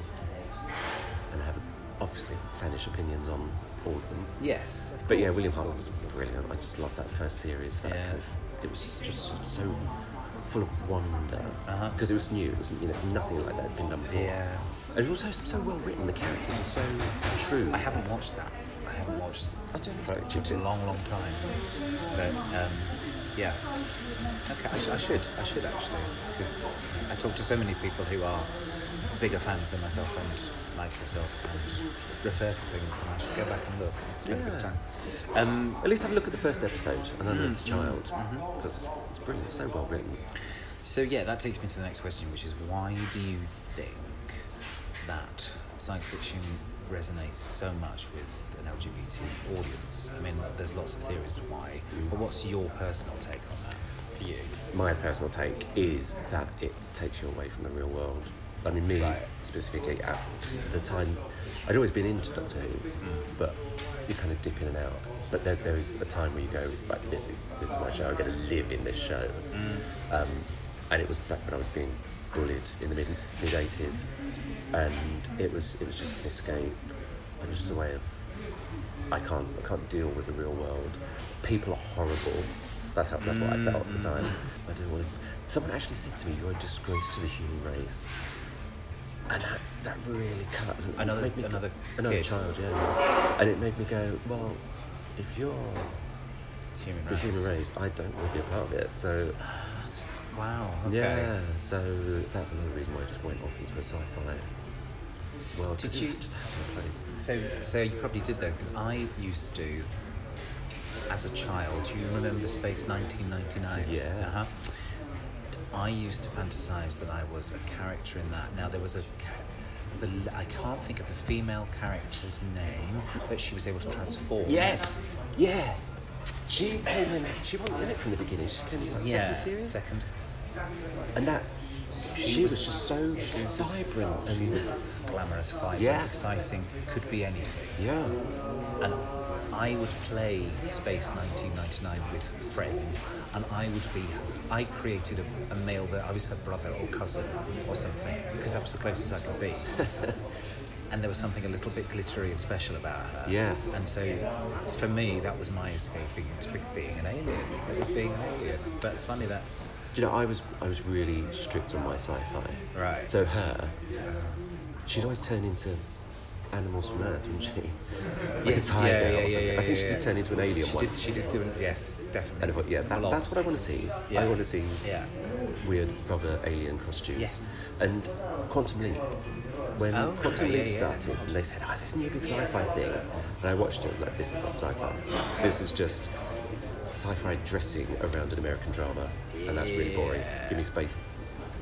Speaker 2: and I have obviously fanish opinions on all of them.
Speaker 1: Yes, of
Speaker 2: But yeah,
Speaker 1: course,
Speaker 2: William
Speaker 1: of
Speaker 2: Hartnell's
Speaker 1: course, of course.
Speaker 2: brilliant. I just love that first series. That
Speaker 1: Yeah.
Speaker 2: kind of, it was just so full of wonder
Speaker 1: Uh-huh.
Speaker 2: because it was new. It was you know nothing like that had been done before.
Speaker 1: Yeah.
Speaker 2: And it was also so well written. The characters are so true.
Speaker 1: I haven't watched that. I haven't watched
Speaker 2: I don't
Speaker 1: for,
Speaker 2: expect you
Speaker 1: for a
Speaker 2: to.
Speaker 1: long, long time. But um, yeah, okay, I, sh- I should, I should actually, because I talk to so many people who are bigger fans than myself and like myself and refer to things, and I should go back and look. It's been a good
Speaker 2: Yeah.
Speaker 1: time. Um,
Speaker 2: At least have a look at the first episode, Another Child, because it's brilliant. It's so well written.
Speaker 1: So yeah, that takes me to the next question, which is why do you think that science fiction resonates so much with an LGBT audience? I mean, there's lots of theories to why, but what's your personal take on that for you?
Speaker 2: My personal take is that it takes you away from the real world. I mean, me
Speaker 1: Right.
Speaker 2: specifically at the time, I'd always been into Doctor Who, but you kind of dip in and out. But there, there is a time where you go, right, this is this is my show. I'm going to live in this show. Um, and it was back when I was being bullied in the mid mid eighties, and it was it was just an escape. It was just a way of I can't I can't deal with the real world. People are horrible. That's how that's what I felt at the time.
Speaker 1: Mm.
Speaker 2: I didn't want to, someone actually said to me, You're a disgrace to the human race. And that, that really cut It
Speaker 1: Another-
Speaker 2: made me go-
Speaker 1: another
Speaker 2: another
Speaker 1: kid.
Speaker 2: child, yeah. And it made me go, Well, if you're
Speaker 1: Human
Speaker 2: the human race, I don't want to be a part of it. So
Speaker 1: That's- Wow. Okay.
Speaker 2: yeah, so that's another reason why I just went off into a sci-fi world.
Speaker 1: Did
Speaker 2: 'cause it's
Speaker 1: you-
Speaker 2: just a happy place?
Speaker 1: So, so you probably did though, because I used to, as a child, do you remember Space 1999?
Speaker 2: Yeah.
Speaker 1: Uh-huh. I used to fantasize that I was a character in that. Now there was a, ca- the, I can't think of the female character's name, but she was able to transform.
Speaker 2: Yes. Yeah. She came in. She wasn't in it from the beginning. She came in like
Speaker 1: Yeah.
Speaker 2: second series,
Speaker 1: Second.
Speaker 2: and that she, was, just so vibrant.
Speaker 1: She
Speaker 2: and,
Speaker 1: was glamorous, vibrant,
Speaker 2: Yeah.
Speaker 1: exciting, could be anything.
Speaker 2: yeah.
Speaker 1: and I would play Space 1999 with friends, and I would be, I created a, a male that I was her brother or cousin or something, because that was the closest I could be. and there was something a little bit glittery and special about her.
Speaker 2: Yeah.
Speaker 1: And so for me, that was my escaping into be- being an alien. It was being an alien. But it's funny that.
Speaker 2: Do you know, I was I was really strict on my sci-fi.
Speaker 1: Right.
Speaker 2: So her, she'd always turn into animals from Earth, wouldn't she? Like a
Speaker 1: Yes,
Speaker 2: tiger
Speaker 1: yeah,
Speaker 2: or
Speaker 1: yeah, yeah,
Speaker 2: something.
Speaker 1: yeah,
Speaker 2: I think she
Speaker 1: yeah,
Speaker 2: did
Speaker 1: yeah.
Speaker 2: turn into an alien
Speaker 1: She
Speaker 2: once.
Speaker 1: did, she did do it, yes, definitely.
Speaker 2: And I thought, yeah,
Speaker 1: A
Speaker 2: that,
Speaker 1: lot.
Speaker 2: that's what I want to see.
Speaker 1: Yeah.
Speaker 2: I want to see
Speaker 1: Yeah.
Speaker 2: weird rubber alien costumes.
Speaker 1: Yes.
Speaker 2: And Quantum Leap. When
Speaker 1: Oh, okay,
Speaker 2: Quantum Leap
Speaker 1: yeah, yeah.
Speaker 2: started, they said, oh, it's this new big sci fi thing. And I watched it, like, this is not sci fi. This is just sci-fi dressing around an American drama, and that's really boring. Give me space.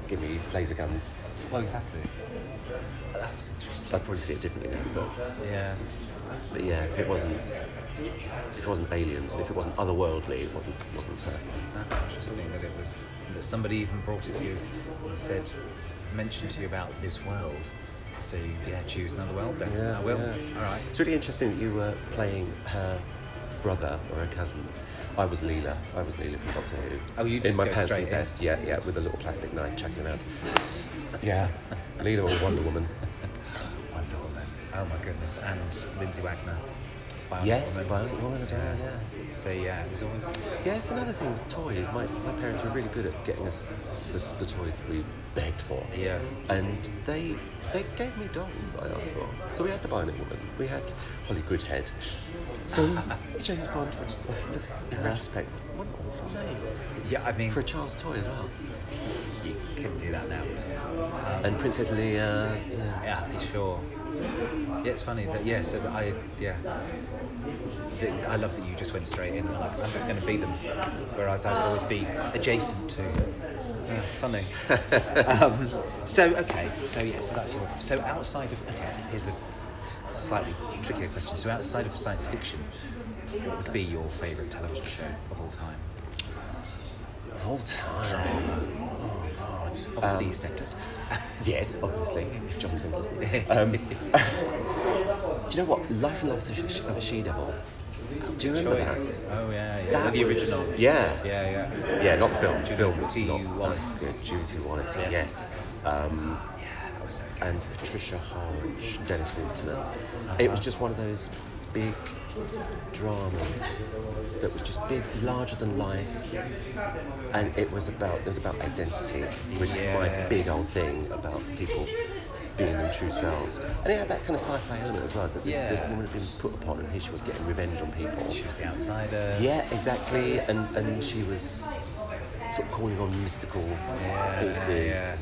Speaker 2: Give me laser guns.
Speaker 1: Well, exactly. That's interesting.
Speaker 2: I'd probably see it differently now, but,
Speaker 1: Yeah.
Speaker 2: but yeah, if it wasn't, if it wasn't aliens, if it wasn't otherworldly, it wasn't, wasn't so.
Speaker 1: That's interesting that it was that somebody even brought it to you and said, mentioned to you about this world. So yeah, choose another world then.
Speaker 2: Yeah,
Speaker 1: I will.
Speaker 2: yeah.
Speaker 1: All right.
Speaker 2: It's really interesting that you were playing her brother or her cousin. I was Leela. I was Leela from Doctor Who.
Speaker 1: Oh, you
Speaker 2: in
Speaker 1: just
Speaker 2: my
Speaker 1: go
Speaker 2: pants
Speaker 1: straight
Speaker 2: and
Speaker 1: in.
Speaker 2: vest. Yeah, yeah, with a little plastic knife chucking around. Yeah, Leela or Wonder Woman.
Speaker 1: Wonder Woman. Oh my goodness. And Lindsay Wagner. Bionic
Speaker 2: yes,
Speaker 1: Woman.
Speaker 2: Bionic Woman as well. Yeah.
Speaker 1: So yeah, it was always
Speaker 2: Yeah, it's another thing. with Toys. My, my parents were really good at getting us the, the toys that we begged for.
Speaker 1: Yeah.
Speaker 2: And they they gave me dolls that I asked for. So we had the Bionic Woman. We had Holly Goodhead. From James Bond, which is, in retrospect, what an awful name.
Speaker 1: yeah. I mean,
Speaker 2: For a child's toy as well.
Speaker 1: you couldn't do that now. Um,
Speaker 2: And Princess Leia. Yeah.
Speaker 1: Yeah, sure. Yeah, it's funny that yeah. So that I yeah. That- I love that you just went straight in. Like I'm just going to be them, whereas I would always be adjacent to. Yeah, funny. um, so okay, so yeah, so that's your. So outside of okay, here's a slightly trickier question. So outside of science fiction, what would be your favourite television show of all time?
Speaker 2: Of all time.
Speaker 1: Obviously, um, Stepdad.
Speaker 2: Yes, obviously. If Johnson's listening. Um, do you know what? Life and Love's a sh- of a She Devil. Do you remember
Speaker 1: Choice.
Speaker 2: that?
Speaker 1: Oh yeah, yeah.
Speaker 2: That
Speaker 1: the
Speaker 2: was-
Speaker 1: original.
Speaker 2: yeah.
Speaker 1: Yeah, yeah.
Speaker 2: Yeah, not the film.
Speaker 1: Judy
Speaker 2: film
Speaker 1: T.
Speaker 2: not-
Speaker 1: Wallace.
Speaker 2: Yeah, Judy T. Wallace. Yes.
Speaker 1: Yes.
Speaker 2: Um,
Speaker 1: Yeah, that was so good.
Speaker 2: and Patricia Hodge, Dennis Waterman. It was just one of those big dramas that was just big, larger than life, and it was about it was about identity, which is my big old thing about people being their true selves. And it had that kind of sci-fi element as well. That this, this
Speaker 1: Yeah.
Speaker 2: woman had been put upon, and here she was getting revenge on people.
Speaker 1: She was the outsider.
Speaker 2: Yeah, exactly. And and she was sort of calling on mystical
Speaker 1: Yeah,
Speaker 2: forces.
Speaker 1: yeah.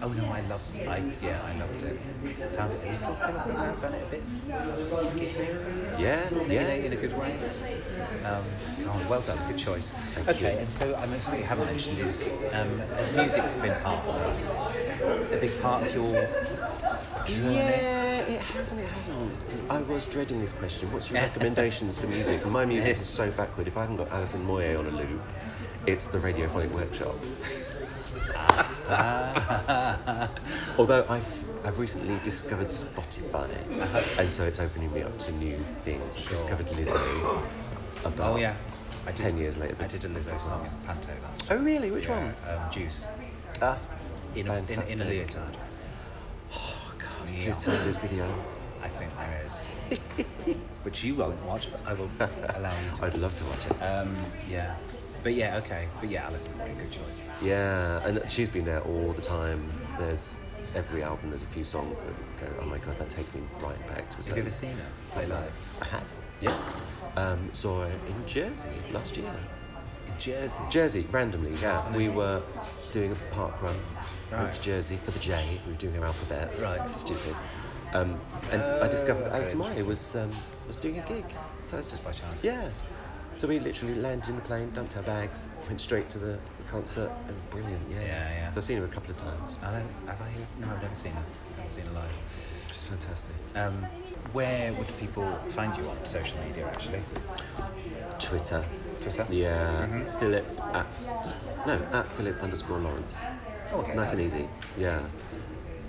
Speaker 1: Oh no, I loved. I yeah, I loved it. Found it a little bit. I found it a bit scary.
Speaker 2: Yeah,
Speaker 1: in,
Speaker 2: yeah.
Speaker 1: a, in a good way. Um, God, well done, good choice. okay, and so I mean, something you haven't mentioned is um, has music been part of a big part of your journey?
Speaker 2: Yeah, it hasn't. It hasn't. 'Cause I was dreading this question. What's your recommendations for music? My music is so backward. If I haven't got Alison Moyer on a loop, it's the Radiophonic Workshop. Although I've I've recently discovered Spotify, and so it's opening me up to new things. I've discovered Lizzo. About
Speaker 1: Oh yeah, I
Speaker 2: ten years later.
Speaker 1: I did a Lizzo song, Panto last.
Speaker 2: Oh really? Which
Speaker 1: yeah,
Speaker 2: one?
Speaker 1: Um, Juice.
Speaker 2: Ah,
Speaker 1: In a, in, in a
Speaker 2: fantastic.
Speaker 1: leotard.
Speaker 2: Oh God!
Speaker 1: Yeah.
Speaker 2: Please tell me this video.
Speaker 1: I think there is. Which you won't watch, but I will allow you to.
Speaker 2: I'd love to watch it.
Speaker 1: Um, yeah. But yeah, okay. But yeah, Alison, good, good choice.
Speaker 2: Yeah, and she's been there all the time. There's every album. There's a few songs that go, oh my god, that takes me right back to a
Speaker 1: Have
Speaker 2: certain.
Speaker 1: you ever seen her play live?
Speaker 2: I have. Yes. Um, saw her in Jersey last year.
Speaker 1: In Jersey.
Speaker 2: Jersey, randomly, yeah. We were doing a park run. Went
Speaker 1: Right.
Speaker 2: to Jersey for the J. We were doing her alphabet.
Speaker 1: Right. Oh,
Speaker 2: Stupid. Um, and I discovered that
Speaker 1: okay,
Speaker 2: Alison Moyer
Speaker 1: interesting.
Speaker 2: was um, was doing a gig. So it's
Speaker 1: Just by chance.
Speaker 2: Yeah. So we literally landed in the plane, dumped our bags, went straight to the, the concert. And brilliant, yeah.
Speaker 1: Yeah, yeah.
Speaker 2: So I've seen her a couple of times.
Speaker 1: I don't, have I? No, I've never seen her. I haven't seen her live.
Speaker 2: She's fantastic.
Speaker 1: Um, where would people find you on social media, actually?
Speaker 2: Twitter.
Speaker 1: Twitter? Mm-hmm.
Speaker 2: Yeah. Philip at no at Philip underscore Lawrence.
Speaker 1: Oh, okay.
Speaker 2: nice and
Speaker 1: that's-
Speaker 2: easy. Yeah.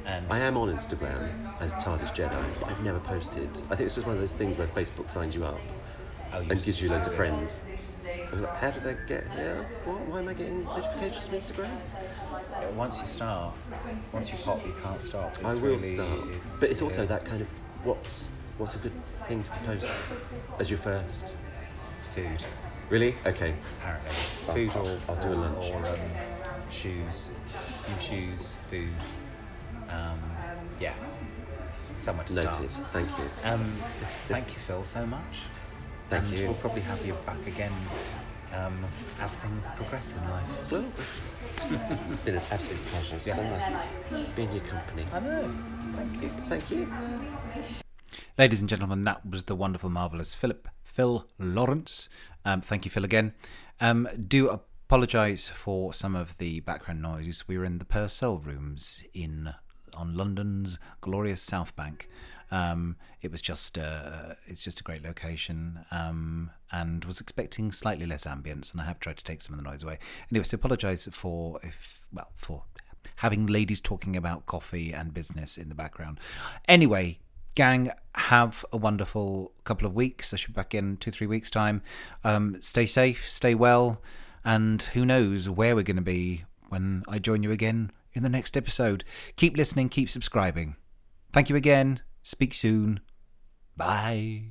Speaker 1: And
Speaker 2: I am on Instagram as TARDIS Jedi, but I've never posted. I think it's just one of those things where Facebook signs you up
Speaker 1: Oh, you
Speaker 2: and
Speaker 1: just-
Speaker 2: gives you loads of friends. I'm like, How did I get here? What? Why am I getting notifications from Instagram?
Speaker 1: uh, Once you start, once you pop, you can't stop. It's
Speaker 2: I will
Speaker 1: really,
Speaker 2: start. but it's also
Speaker 1: yeah.
Speaker 2: that kind of what's what's a good thing to post as your first?
Speaker 1: food.
Speaker 2: Really? Okay.
Speaker 1: apparently. Food or,
Speaker 2: I'll do a
Speaker 1: or,
Speaker 2: lunch.
Speaker 1: or um, shoes, new shoes, food. Um, yeah, somewhere to
Speaker 2: Noted.
Speaker 1: start.
Speaker 2: Thank you.
Speaker 1: Um, thank you, Phil, so much.
Speaker 2: Thank
Speaker 1: and
Speaker 2: you.
Speaker 1: We'll probably have you back again um, as things progress in life.
Speaker 2: Well, it's been an absolute pleasure. It's So
Speaker 1: Yeah.
Speaker 2: nice to be in your company.
Speaker 1: I know. Thank you.
Speaker 2: Thank you.
Speaker 3: Ladies and gentlemen, that was the wonderful, marvellous Philip
Speaker 1: Phil Lawrence. Um, thank you, Phil, again. Um, do apologise for some of the background noise. We were in the Purcell rooms in on London's glorious South Bank. Um, it was just uh, it's just a great location, um, and was expecting slightly less ambience, and I have tried to take some of the noise away. Anyway, so apologise for if well for having ladies talking about coffee and business in the background. Anyway, gang, have a wonderful couple of weeks. I should be back in two three weeks time. Um, stay safe, stay well, and who knows where we're going to be when I join you again in the next episode. Keep listening, keep subscribing. Thank you again. Speak soon. Bye.